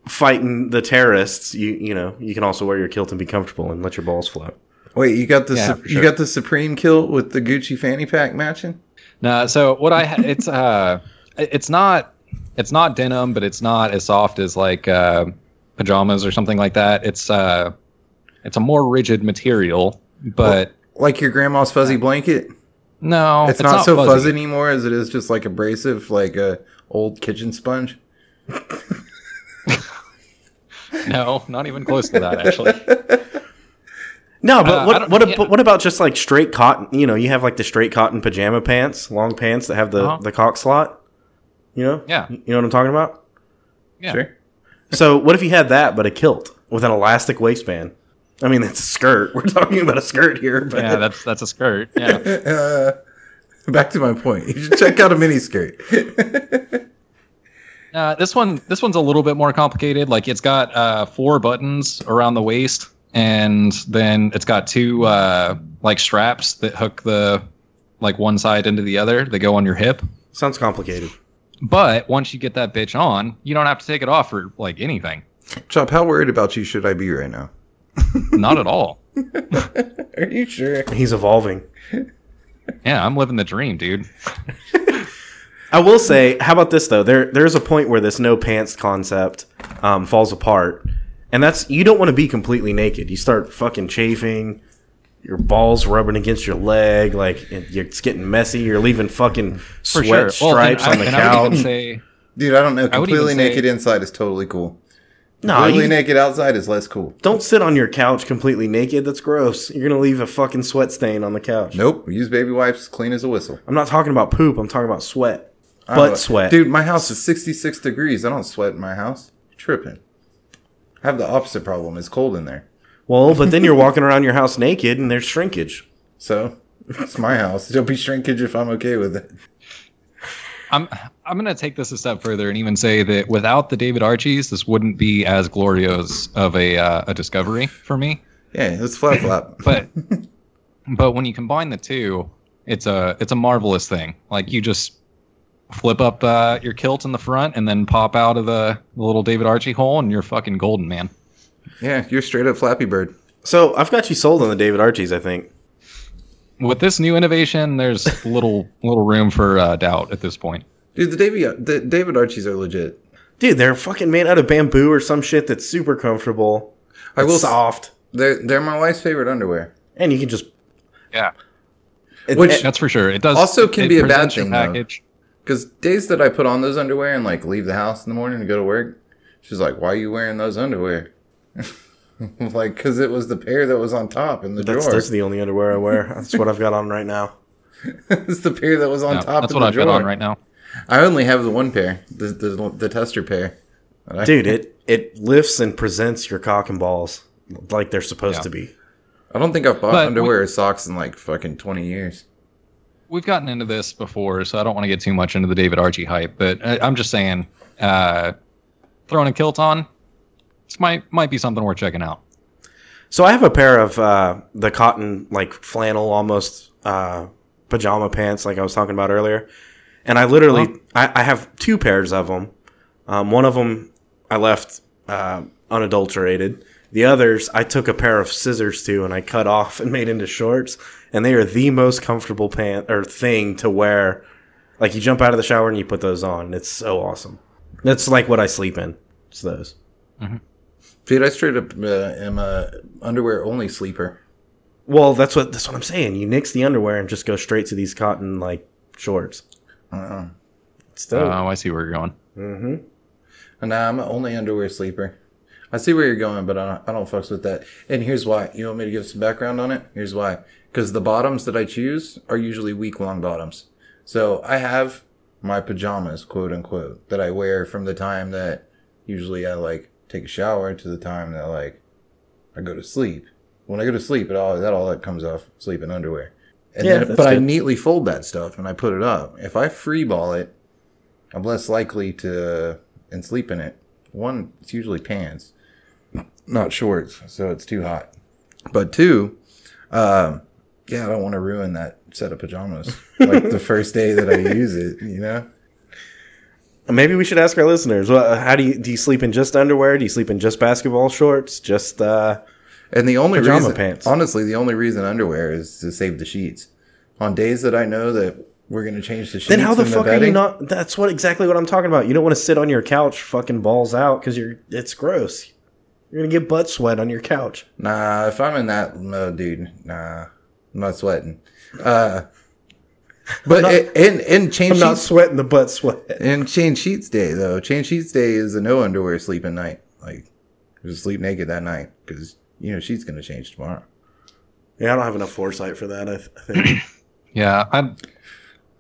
Speaker 1: fighting the terrorists, you you know you can also wear your kilt and be comfortable and let your balls flop.
Speaker 3: Wait, you got the
Speaker 2: Yeah,
Speaker 3: Sup-
Speaker 2: for
Speaker 3: you
Speaker 2: sure.
Speaker 3: got the Supreme kilt with the Gucci fanny pack matching?
Speaker 2: no. So what I ha- it's uh, it's not it's not denim, but it's not as soft as like uh, pajamas or something like that. It's uh, it's a more rigid material, but
Speaker 3: Like your grandma's fuzzy blanket?
Speaker 2: no, Oh,
Speaker 3: It's, not, so fuzzy. anymore as it is just like abrasive like a old kitchen sponge.
Speaker 2: No, not even close to that actually.
Speaker 1: No, but
Speaker 2: Uh, I
Speaker 1: what
Speaker 2: don't-
Speaker 1: what, ab-
Speaker 2: yeah.
Speaker 1: what about just like straight cotton? You know, you have like the straight cotton pajama pants, long pants that have the
Speaker 2: Uh-huh.
Speaker 1: the cock slot. You know,
Speaker 2: Yeah.
Speaker 1: you know what I'm talking about.
Speaker 2: Yeah.
Speaker 3: Sure.
Speaker 1: So what if you had that, but a kilt with an elastic waistband? I mean, it's a skirt. We're talking about a skirt here, but
Speaker 2: Yeah, that's that's a skirt. Yeah,
Speaker 3: Uh, back to my point. You should check out a mini skirt.
Speaker 2: uh, this one this one's a little bit more complicated. Like it's got uh, four buttons around the waist, and then it's got two uh, like straps that hook the like one side into the other. They go on your hip.
Speaker 1: sounds complicated.
Speaker 2: But once you get that bitch on, you don't have to take it off for like anything.
Speaker 3: Chop, how worried about you should I be right now?
Speaker 2: Not at all.
Speaker 3: Are you sure?
Speaker 1: He's evolving.
Speaker 2: Yeah, I'm living the dream, dude.
Speaker 1: I will say, how about this though? There there's a point where this no pants concept um, falls apart, and that's you don't want to be completely naked. You start fucking chafing. your balls rubbing against your leg, like it, it's getting messy. You're leaving fucking sweat stripes
Speaker 2: and
Speaker 1: on
Speaker 2: I,
Speaker 1: the
Speaker 2: and I would even
Speaker 1: couch.
Speaker 2: say,
Speaker 3: Dude, I don't know.
Speaker 2: I would
Speaker 3: Completely
Speaker 2: even say-
Speaker 3: naked inside is totally cool.
Speaker 1: No,
Speaker 3: Completely
Speaker 1: you
Speaker 3: naked outside is less cool.
Speaker 1: don't sit on your couch completely naked. That's gross. You're gonna leave a fucking sweat stain on the couch.
Speaker 3: Nope. Use baby wipes, clean as a whistle.
Speaker 1: I'm not talking about poop. I'm talking about sweat,
Speaker 3: I
Speaker 1: butt
Speaker 3: don't-
Speaker 1: sweat.
Speaker 3: Dude, my house is 66 degrees. I don't sweat in my house. tripping. I have the opposite problem. It's cold in there.
Speaker 1: Well, but then you're walking around your house naked and there's shrinkage.
Speaker 3: So it's my house. There'll be shrinkage if I'm okay with it.
Speaker 2: I'm I'm gonna take this a step further and even say that without the David Archies, this wouldn't be as glorious of a uh, a discovery for me.
Speaker 3: Yeah, it's flap flap.
Speaker 2: But but when you combine the two, it's a it's a marvelous thing. Like you just flip up uh, your kilt in the front and then pop out of the, the little David Archie hole, and you're fucking golden, man.
Speaker 3: yeah, you're straight up Flappy Bird.
Speaker 1: So I've got you sold on the David Archies. I think.
Speaker 2: With this new innovation, there's little little room for uh, doubt at this point.
Speaker 3: Dude, the David, the David Archies are legit.
Speaker 1: Dude, they're fucking made out of bamboo or some shit that's super comfortable.
Speaker 3: I
Speaker 1: It's
Speaker 3: will. s-
Speaker 1: soft,
Speaker 3: They're they're my wife's favorite underwear.
Speaker 1: and you can just
Speaker 2: Yeah,
Speaker 1: it-
Speaker 3: Which-
Speaker 1: it-
Speaker 2: that's for sure. It does
Speaker 3: Also can
Speaker 2: it
Speaker 3: be a bad
Speaker 2: presents your
Speaker 3: thing, though.
Speaker 2: package.
Speaker 3: Because days that I put on those underwear and like leave the house in the morning to go to work, she's like, "Why are you wearing those underwear?" like, because it was the pair that was on top in the
Speaker 1: that's,
Speaker 3: drawer.
Speaker 1: that's the only underwear I wear. That's what I've got on right now.
Speaker 3: it's the pair that was on
Speaker 2: Yeah,
Speaker 3: top.
Speaker 2: that's
Speaker 3: in
Speaker 2: what
Speaker 3: the
Speaker 2: I've
Speaker 3: drawer.
Speaker 2: got on right now.
Speaker 3: I only have the one pair, the the, the tester pair. that I-
Speaker 1: Dude, it it lifts and presents your cock and balls like they're supposed
Speaker 2: Yeah.
Speaker 1: to be.
Speaker 3: I don't think I've bought
Speaker 2: But
Speaker 3: underwear or socks in like fucking twenty years.
Speaker 2: we've gotten into this before, so I don't want to get too much into the David Archie hype, but I, I'm just saying, uh, throwing a kilt on, this might might be something worth checking out.
Speaker 1: So I have a pair of uh, the cotton, like flannel, almost uh, pajama pants, like I was talking about earlier. And I literally, I, I have two pairs of them. Um, one of them I left uh, unadulterated. The others I took a pair of scissors to and I cut off and made into shorts. And they are the most comfortable pant or thing to wear. Like you jump out of the shower and you put those on. It's so awesome. That's like what I sleep in. It's those.
Speaker 3: Dude, I straight up uh, am a underwear only sleeper.
Speaker 1: Well, that's what that's what I'm saying. You nix the underwear and just go straight to these cotton like shorts.
Speaker 3: Uh-uh.
Speaker 1: It's
Speaker 2: Oh,
Speaker 1: dope.
Speaker 2: I see where you're going.
Speaker 1: hmm
Speaker 3: Nah, I'm an only underwear sleeper. I see where you're going, but I don't, I don't fucks with that. And here's why. You want me to give some background on it? Here's why. Because the bottoms that I choose are usually week long bottoms. So I have my pajamas, quote unquote, that I wear from the time that usually I like take a shower to the time that like I go to sleep. When I go to sleep, it all that all that comes off sleeping underwear. And
Speaker 1: Yeah,
Speaker 3: then,
Speaker 1: that's
Speaker 3: but I
Speaker 1: good.
Speaker 3: neatly fold that stuff and I put it up. If I free ball it, I'm less likely to and sleep in it. One, it's usually pants, not shorts, so it's too hot. But two, um, yeah, I don't want to ruin that set of pajamas like the first day that I use it. You know,
Speaker 1: Uh, Maybe we should ask our listeners. Well, how do you do? You sleep in just underwear? Do you sleep in just basketball shorts? Just uh,
Speaker 3: and the only
Speaker 1: Pajama
Speaker 3: reason,
Speaker 1: pants.
Speaker 3: honestly, the only reason underwear is to save the sheets. On days that I know that we're gonna change the sheets,
Speaker 1: then how the
Speaker 3: and
Speaker 1: fuck are you
Speaker 3: bedding-
Speaker 1: not? That's what exactly what I'm talking about. You don't want to sit on your couch, fucking balls out, because you're it's gross. You're gonna get butt sweat on your couch.
Speaker 3: Nah, if I'm in that mode, dude, nah, I'm not sweating. Uh, but
Speaker 1: not-
Speaker 3: it, and and change
Speaker 1: I'm not
Speaker 3: sheets-
Speaker 1: sweating the butt sweat.
Speaker 3: And change sheets day though. Change sheets day is a no underwear sleeping night. Like, just sleep naked that night because you know sheets gonna change tomorrow.
Speaker 1: Yeah, I don't have enough foresight for that. I, th- I think.
Speaker 2: Yeah, I,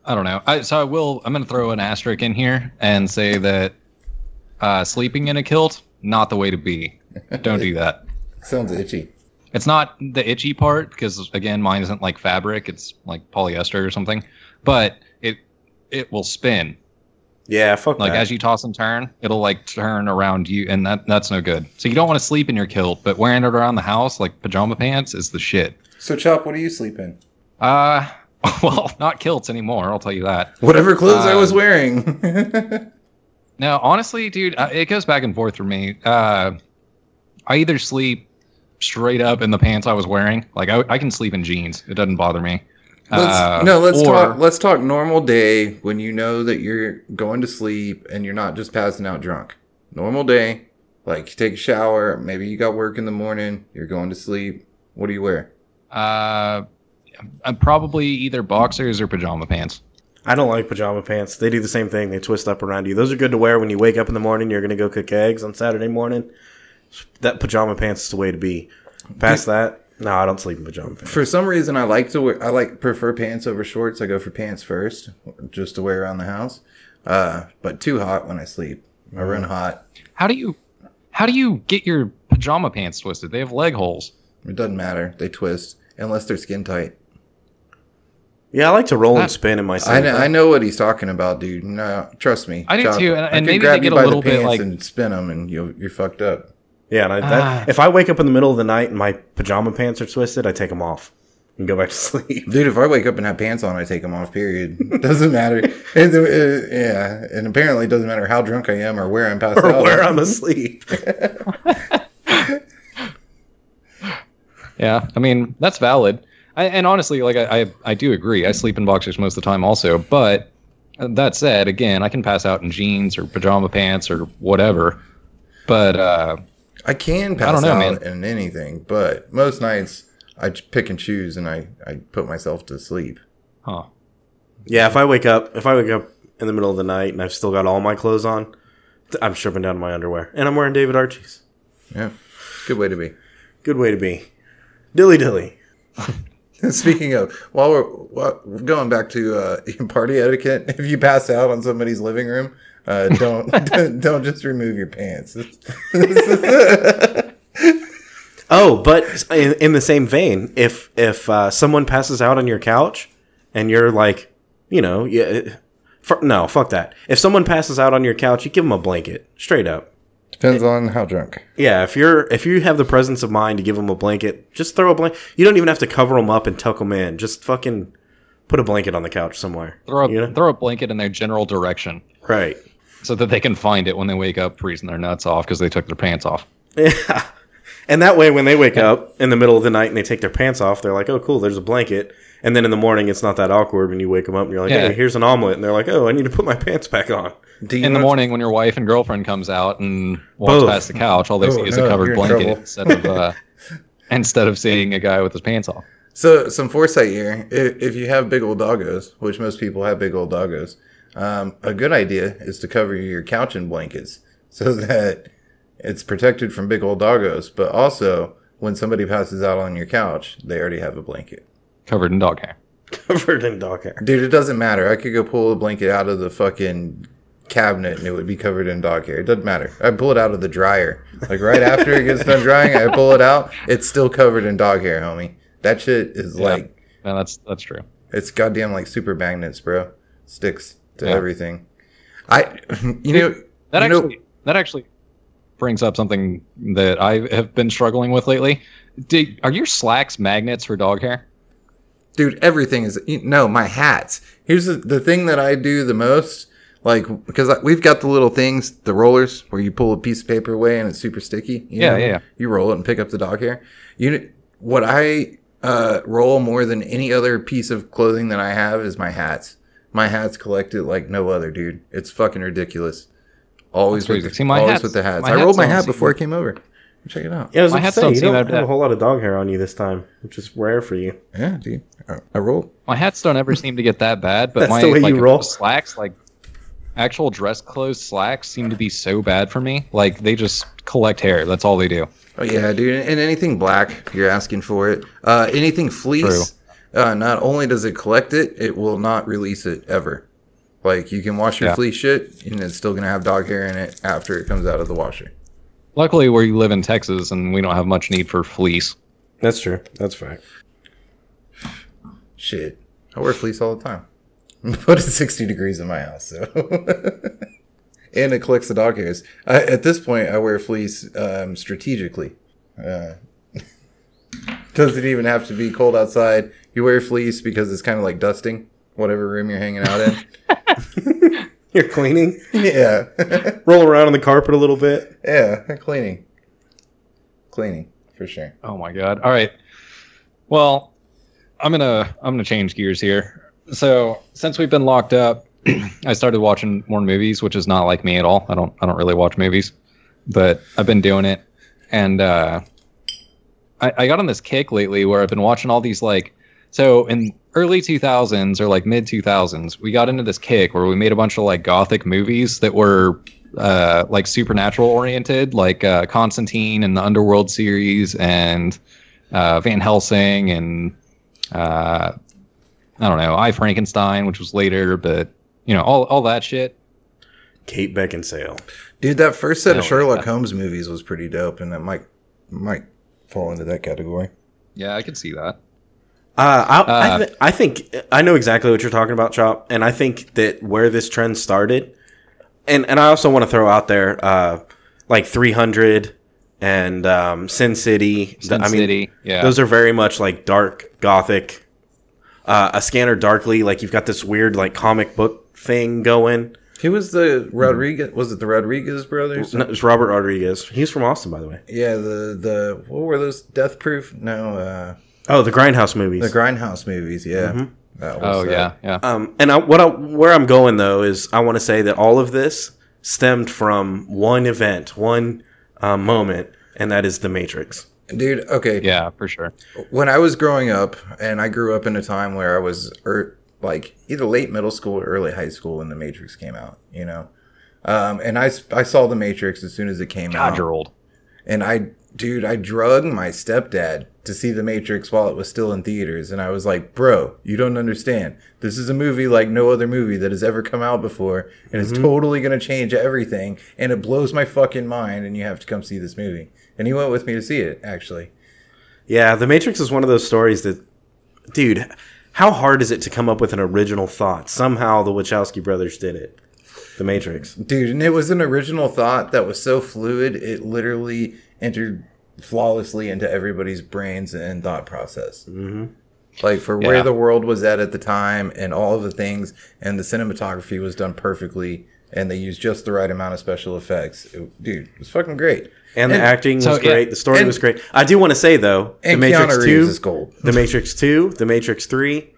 Speaker 2: I don't know. I, so I will. I'm going to throw an asterisk in here and say that uh, sleeping in a kilt not the way to be. Don't do that.
Speaker 3: Sounds itchy.
Speaker 2: It's not the itchy part because again, mine isn't like fabric; it's like polyester or something. But it it will spin
Speaker 1: yeah, fuck
Speaker 2: like
Speaker 1: that.
Speaker 2: as you toss and turn it'll like turn around you and that that's no good so you don't want to sleep in your kilt but wearing it around the house like pajama pants is the shit
Speaker 3: So Chop, what do you sleep in?
Speaker 2: uh well not kilts anymore i'll tell you that
Speaker 3: Whatever clothes I was
Speaker 2: Um,
Speaker 3: wearing.
Speaker 2: now honestly dude uh, it goes back and forth for me uh i either sleep straight up in the pants i was wearing like i, I can sleep in jeans it doesn't bother me
Speaker 3: let's,
Speaker 2: Uh,
Speaker 3: no, let's
Speaker 2: or-
Speaker 3: talk. Let's talk normal day when you know that you're going to sleep and you're not just passing out drunk. Normal day, like you take a shower. Maybe you got work in the morning. You're going to sleep. What do you wear?
Speaker 2: Uh, uh, probably either boxers or pajama pants.
Speaker 1: I don't like pajama pants. They do the same thing. They twist up around you. Those are good to wear when you wake up in the morning. You're going to go cook eggs on Saturday morning. That pajama pants is the way to be. Past that, no, I don't sleep in pajama pants.
Speaker 3: For some reason, I like to wear. I like prefer pants over shorts. I go for pants first, just to wear around the house. Uh, but too hot when I sleep. I run hot.
Speaker 2: How do you, how do you get your pajama pants twisted? They have leg holes.
Speaker 3: It doesn't matter. They twist unless they're skin tight.
Speaker 1: Yeah, I like to roll
Speaker 2: I-
Speaker 1: and spin in my sleep.
Speaker 3: Ah. I know, I know what he's talking about, dude. No, trust me.
Speaker 2: I do
Speaker 3: Chop-
Speaker 2: too, and- and
Speaker 3: could
Speaker 2: maybe
Speaker 3: grab
Speaker 2: they
Speaker 3: you
Speaker 2: get a
Speaker 3: by the
Speaker 2: little bit
Speaker 3: pants
Speaker 2: like-
Speaker 3: and spin them, and you you're fucked up.
Speaker 1: Yeah, and I, that,
Speaker 2: Ah.
Speaker 1: if I wake up in the middle of the night and my pajama pants are twisted, I take them off and go back to sleep.
Speaker 3: Dude, if I wake up and have pants on, I take them off. Period. Doesn't matter. And, uh, yeah, and apparently it doesn't matter how drunk I am or where I'm passed
Speaker 1: Or
Speaker 3: out.
Speaker 1: where I'm asleep.
Speaker 2: Yeah, I mean that's valid. I, and honestly, like I, I, I do agree. I sleep in boxers most of the time, also. But uh, that said, again, I can pass out in jeans or pajama pants or whatever. But uh,
Speaker 3: I can pass
Speaker 2: don't know,
Speaker 3: out in anything, but most nights I ch- pick and choose and I, I put myself to sleep.
Speaker 2: huh.
Speaker 1: Yeah, if I wake up, if I wake up in the middle of the night and I've still got all my clothes on, th- I'm stripping down to my underwear and I'm wearing David Archie's.
Speaker 3: Yeah, good way to be.
Speaker 1: Good way to be. Dilly dilly.
Speaker 3: Speaking of, while we're while, going back to uh, party etiquette, if you pass out on somebody's living room, uh, don't, don't don't just remove your pants.
Speaker 1: Oh, but in, in the same vein, if if uh, someone passes out on your couch and you're like, you know, yeah, it- fu- no, fuck that. If someone passes out on your couch, you give them a blanket, straight up.
Speaker 3: Depends on how drunk.
Speaker 1: Yeah, if you're if you have the presence of mind to give them a blanket, just throw a blanket. You don't even have to cover them up and tuck them in. Just fucking put a blanket on the couch somewhere.
Speaker 2: Throw a,
Speaker 1: you know?
Speaker 2: throw a blanket in their general direction
Speaker 1: right.
Speaker 2: so that they can find it when they wake up, freezing their nuts off because they took their pants off.
Speaker 1: Yeah. And that way, when they wake up in the middle of the night and they take their pants off, they're like, "Oh, cool, there's a blanket." And then in the morning, it's not that awkward when you wake them up and you're like,
Speaker 2: Yeah.
Speaker 1: "Hey, here's an omelet," and they're like, "Oh, I need to put my pants back on."
Speaker 3: Do you
Speaker 2: In the
Speaker 3: wanna-
Speaker 2: morning, when your wife and girlfriend comes out and walks
Speaker 1: Both.
Speaker 2: past the couch, all they
Speaker 3: Oh,
Speaker 2: see is
Speaker 3: no,
Speaker 2: a
Speaker 3: you're
Speaker 2: covered
Speaker 3: in
Speaker 2: blanket
Speaker 3: trouble.
Speaker 2: instead of uh, instead of seeing a guy with his pants off.
Speaker 3: So some foresight here. If, if you have big old doggos, which most people have big old doggos, um, a good idea is to cover your couch in blankets so that it's protected from big old doggos. But also, when somebody passes out on your couch, they already have a blanket.
Speaker 2: covered in dog hair.
Speaker 1: Covered in dog hair.
Speaker 3: Dude, it doesn't matter. I could go pull a blanket out of the fucking cabinet and it would be covered in dog hair. It doesn't matter. I pull it out of the dryer. Like right after it gets done drying, I pull it out. It's still covered in dog hair, homie. That shit is
Speaker 2: Yeah.
Speaker 3: like
Speaker 2: No, that's that's true.
Speaker 3: It's goddamn like super magnets, bro. Sticks to
Speaker 2: Yeah.
Speaker 3: everything. I, you know,
Speaker 2: That
Speaker 3: you know-
Speaker 2: actually that actually brings up something that I have been struggling with lately. Did, are your slacks magnets for dog hair?
Speaker 3: dude, everything is you- no my hats. Here's the, the thing that I do the most, like because I, we've got the little things, the rollers where you pull a piece of paper away and it's super sticky. you
Speaker 2: Yeah,
Speaker 3: know?
Speaker 2: yeah, yeah.
Speaker 3: You roll it and pick up the dog hair. You kn- what I uh, roll more than any other piece of clothing that I have is my hats. My hats collected like no other, dude. It's fucking ridiculous. Always
Speaker 2: That's
Speaker 3: with
Speaker 2: crazy.
Speaker 3: the,
Speaker 2: See, my
Speaker 3: always
Speaker 2: hats-
Speaker 3: with the hats.
Speaker 2: my
Speaker 3: I
Speaker 2: hats
Speaker 3: rolled my
Speaker 2: don't
Speaker 3: hat
Speaker 2: seem-
Speaker 3: before I came over. Check it out.
Speaker 1: Yeah, I was about
Speaker 2: My
Speaker 1: to
Speaker 2: hats
Speaker 1: say,
Speaker 2: don't
Speaker 1: you
Speaker 2: seem
Speaker 1: don't
Speaker 2: that
Speaker 1: have
Speaker 2: bad.
Speaker 1: a whole lot of dog hair on you this time, which is rare for you.
Speaker 3: Yeah, dude. I- I roll.
Speaker 2: My hats don't ever seem to get that bad, but
Speaker 1: That's
Speaker 2: my
Speaker 1: the way
Speaker 2: like,
Speaker 1: you roll.
Speaker 2: slacks, like actual dress clothes slacks, seem to be so bad for me. Like they just collect hair. That's all they do.
Speaker 3: Oh yeah, dude. And anything black, you're asking for it. Uh, anything fleece, uh, not only does it collect it, it will not release it ever. Like you can wash your
Speaker 2: Yeah.
Speaker 3: fleece shit, and it's still gonna have dog hair in it after it comes out of the washer.
Speaker 2: Luckily, where you live in Texas, and we don't have much need for fleece.
Speaker 1: That's true. That's fact.
Speaker 3: Shit, I wear fleece all the time. But it's 60 degrees in my house, so. and it collects the dog hairs. I, at this point, I wear fleece um, strategically. Uh, doesn't even have to be cold outside. You wear fleece because it's kind of like dusting whatever room you're hanging out in.
Speaker 1: You're cleaning,
Speaker 3: yeah.
Speaker 1: roll around on the carpet a little bit.
Speaker 3: yeah. Cleaning. Cleaning, for sure.
Speaker 2: Oh my god. All right. Well, I'm gonna I'm gonna change gears here. So since we've been locked up, I started watching more movies, which is not like me at all. I don't I don't really watch movies, but I've been doing it, and uh, I, I got on this kick lately where I've been watching all these like so in early 2000s or like mid 2000s we got into this kick where we made a bunch of like gothic movies that were uh, like supernatural oriented like uh, Constantine and the Underworld series and uh, Van Helsing and uh, I don't know I Frankenstein which was later but you know all all that shit
Speaker 1: Kate Beckinsale.
Speaker 3: Dude, that first set of
Speaker 2: No,
Speaker 3: Sherlock
Speaker 2: yeah.
Speaker 3: Holmes movies was pretty dope, and that might might fall into that category.
Speaker 2: yeah I could see that
Speaker 1: Uh, I, I,
Speaker 2: Uh,
Speaker 1: th- I think I know exactly what you're talking about, Chop, and I think that where this trend started, and and I also want to throw out there, uh, like 300 and um, Sin City.
Speaker 2: Sin
Speaker 1: I mean,
Speaker 2: City yeah
Speaker 1: those are very much like dark gothic. Uh, a scanner darkly, like you've got this weird like comic book thing going.
Speaker 3: Who was the
Speaker 2: Mm-hmm.
Speaker 3: Rodriguez? Was it the Rodriguez brothers?
Speaker 1: No, it's Robert Rodriguez. He's from Austin, by the way.
Speaker 3: Yeah, the the what were those? Death Proof? No, uh,
Speaker 1: Oh, the Grindhouse movies.
Speaker 3: the Grindhouse movies. Yeah. That
Speaker 2: oh
Speaker 3: uh,
Speaker 2: yeah yeah
Speaker 1: Um, and I, what I, where I'm going though is I want to say that all of this stemmed from one event, one uh, moment, and that is the Matrix.
Speaker 3: dude. Okay,
Speaker 2: yeah for sure
Speaker 3: when I was growing up, and I grew up in a time where I was er, like either late middle school or early high school when The Matrix came out, you know. Um, and I, s- I saw The Matrix as soon as it came
Speaker 1: Ah.
Speaker 2: God
Speaker 3: out.
Speaker 2: you're old
Speaker 3: And I, dude, I drugged my stepdad to see The Matrix while it was still in theaters. And I was like, bro, you don't understand. This is a movie like no other movie that has ever come out before. And it's totally going to change everything. And it blows my fucking mind. And you have to come see this movie. And he went with me to see it, actually.
Speaker 1: Yeah, the Matrix is one of those stories that, dude, how hard is it to come up with an original thought? Somehow the Wachowski brothers did it. The Matrix.
Speaker 3: Dude, and it was an original thought that was so fluid, it literally entered flawlessly into everybody's brains and thought process. Mm-hmm. Like for
Speaker 2: Yeah.
Speaker 3: where the world was at at the time and all of the things, and the cinematography was done perfectly, and they used just the right amount of special effects. It- dude, it was fucking great.
Speaker 1: And the
Speaker 3: And-
Speaker 1: acting was
Speaker 2: so, yeah,
Speaker 1: great. The story
Speaker 3: and-
Speaker 1: was great. I do want to say though, the
Speaker 3: And
Speaker 1: Matrix
Speaker 3: Keanu Reeves is
Speaker 1: Two,
Speaker 3: gold.
Speaker 1: the Matrix Two, the Matrix Three.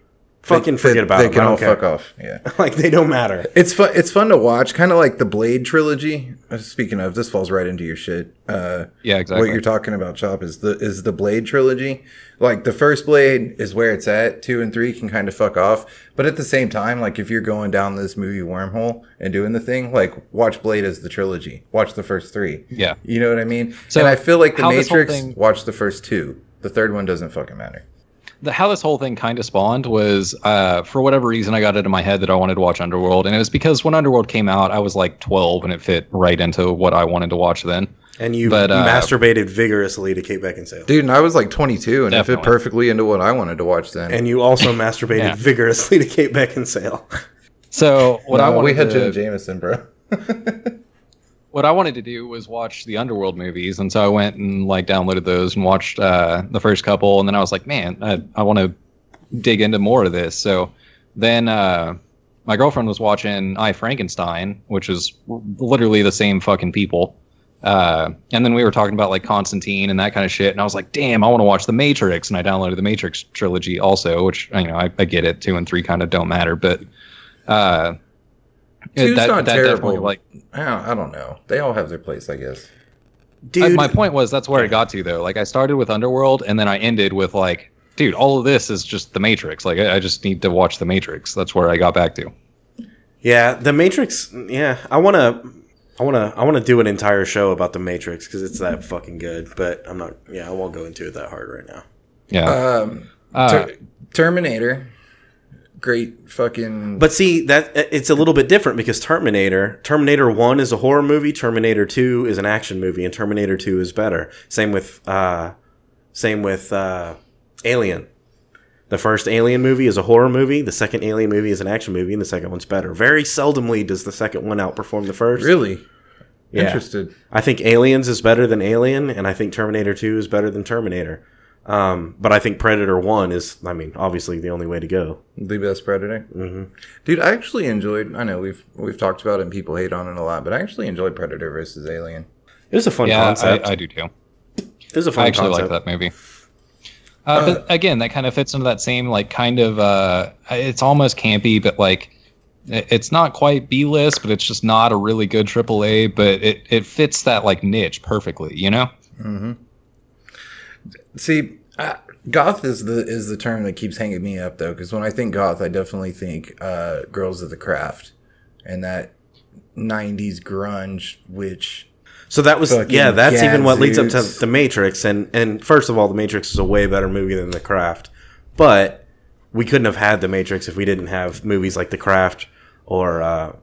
Speaker 1: Fucking
Speaker 3: They-
Speaker 1: forget
Speaker 3: they,
Speaker 1: about
Speaker 3: They
Speaker 1: them.
Speaker 3: can
Speaker 1: I
Speaker 3: all
Speaker 1: don't care.
Speaker 3: fuck off. Yeah.
Speaker 1: Like they don't matter.
Speaker 3: It's fun. It's fun to watch, kind of like the Blade trilogy. Uh, Speaking of, this falls right into your shit. Uh,
Speaker 2: Yeah,
Speaker 3: What
Speaker 2: exactly.
Speaker 3: you're talking about, Chop, is the is the Blade trilogy. Like the first Blade is where it's at. Two and three can kind of fuck off, but at the same time, like if you're going down this movie wormhole and doing the thing, like watch Blade as the trilogy. Watch the first three.
Speaker 2: yeah
Speaker 3: You know what I mean?
Speaker 2: So,
Speaker 3: and I feel like the
Speaker 2: how this whole
Speaker 3: Matrix.
Speaker 2: thing-
Speaker 3: Watch the first two. The third one doesn't fucking matter.
Speaker 2: the, how this whole thing kind of spawned was uh, for whatever reason I got it in my head that I wanted to watch Underworld, and it was because when Underworld came out, I was like 12, and it fit right into what I wanted to watch then.
Speaker 1: And you
Speaker 2: But, uh,
Speaker 1: masturbated vigorously to Kate Beckinsale.
Speaker 3: Dude, and I was like 22, and it fit
Speaker 2: Definitely.
Speaker 3: perfectly into what I wanted to watch then.
Speaker 1: And you also masturbated
Speaker 2: Yeah.
Speaker 1: vigorously to Kate Beckinsale.
Speaker 2: So what I
Speaker 3: No,
Speaker 2: wanted
Speaker 3: we had
Speaker 2: to,
Speaker 3: Jim Jameson, bro.
Speaker 2: what I wanted to do was watch the Underworld movies, and so I went and like downloaded those and watched uh, the first couple, and then I was like, man, I, I want to dig into more of this. So then uh, my girlfriend was watching I Frankenstein, which is literally the same fucking people. Uh, and then we were talking about like Constantine and that kind of shit, and I was like, damn, I want to watch The Matrix, and I downloaded the Matrix trilogy also, which you know I, I get it, two and three kind of don't matter, but uh,
Speaker 3: Two's not
Speaker 2: definitely,
Speaker 3: terrible. I don't, I don't know. They all have their place, I guess.
Speaker 1: Dude,
Speaker 2: I- my point was that's where it got to though. Like I started with Underworld and then I ended with like, dude, all of this is just The Matrix. Like I, I just need to watch The Matrix. That's where I got back to.
Speaker 1: yeah, The Matrix. Yeah, I want to, I want to, I want to do an entire show about The Matrix because it's that fucking good. But I'm not. Yeah, I won't go into it that hard right now.
Speaker 2: Yeah.
Speaker 3: Um,
Speaker 2: Uh,
Speaker 3: Ter- Terminator, great fucking.
Speaker 1: But see, that uh, it's a little bit different because Terminator, Terminator One is a horror movie, Terminator Two is an action movie, and Terminator Two is better. Same with, uh, same with uh, Alien. The first Alien movie is a horror movie. The second Alien movie is an action movie, and the second one's better. Very seldomly does the second one outperform the first.
Speaker 3: really
Speaker 1: Yeah.
Speaker 3: interested.
Speaker 1: I think Aliens is better than Alien, and I think Terminator 2 is better than Terminator. Um, but I think Predator 1 is, I mean, obviously the only way to go.
Speaker 3: The best predator,
Speaker 1: hmm
Speaker 3: dude. I actually enjoyed. I know we've we've talked about it and people hate on it a lot, but I actually enjoyed Predator versus Alien.
Speaker 1: It was a fun
Speaker 2: yeah, I,
Speaker 1: concept.
Speaker 2: I do too.
Speaker 1: it was a fun
Speaker 2: I actually
Speaker 1: concept.
Speaker 2: like that movie. Uh, but again, that kind of fits into that same like kind of uh, it's almost campy, but like it- it's not quite B list, but it's just not a really good AAA. But it it fits that like niche perfectly, you know.
Speaker 3: Mm-hmm. See, uh, goth is the is the term that keeps hanging me up though, because when I think goth, I definitely think uh, girls of the craft, and that '90s grunge, which
Speaker 1: So that was
Speaker 3: Fucking
Speaker 1: yeah, that's even what leads up to
Speaker 3: gadzooks.
Speaker 1: the Matrix and and first of all, the Matrix is a way better movie than The Craft. But we couldn't have had the Matrix if we didn't have movies like The Craft or uh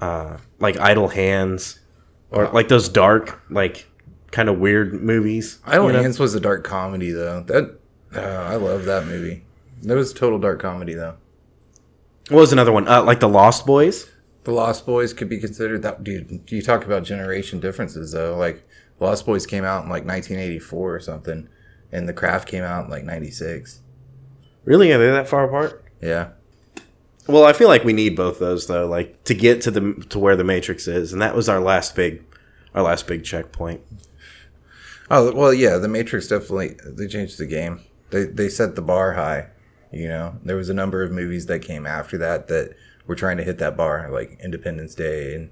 Speaker 1: uh like Idle Hands or like those dark like kind of weird movies.
Speaker 3: I don't
Speaker 1: you know?
Speaker 3: think was a dark comedy though. That uh, I love that movie. That was total dark comedy though.
Speaker 1: What was another one? Uh, like The Lost Boys?
Speaker 3: The Lost Boys could be considered that. Dude, you talk about generation differences though. Like Lost Boys came out in like 1984 or something, and The Craft came out in like '96.
Speaker 1: Really? Are they that far apart?
Speaker 3: Yeah.
Speaker 1: Well, I feel like we need both those though, like to get to the to where the Matrix is, and that was our last big, our last big checkpoint.
Speaker 3: Oh well, yeah. The Matrix definitely they changed the game. They they set the bar high. You know, there was a number of movies that came after that that were trying to hit that bar, like Independence Day and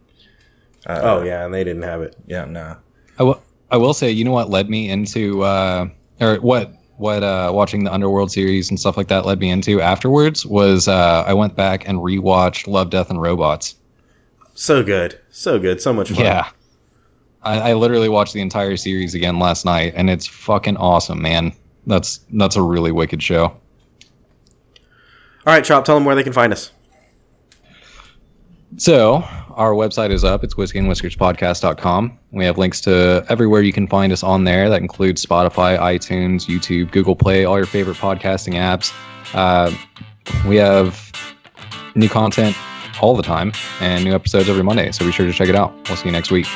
Speaker 1: oh yeah, and they didn't have it.
Speaker 3: yeah, no,
Speaker 2: I wi- I will say, you know what led me into, uh, or what what uh, watching the Underworld series and stuff like that led me into afterwards was uh, I went back and rewatched Love, Death, and Robots.
Speaker 1: So good, so good, so much fun.
Speaker 2: Yeah, I, I literally watched the entire series again last night, and it's fucking awesome, man. That's that's a really wicked show.
Speaker 1: All right, Chop, tell them where they can find us.
Speaker 2: So, our website is up. It's whiskeyandwhiskerspodcast.com. We have links to everywhere you can find us on there. That includes Spotify, iTunes, YouTube, Google Play, all your favorite podcasting apps. Uh, we have new content all the time and new episodes every Monday. So, be sure to check it out. We'll see you next week.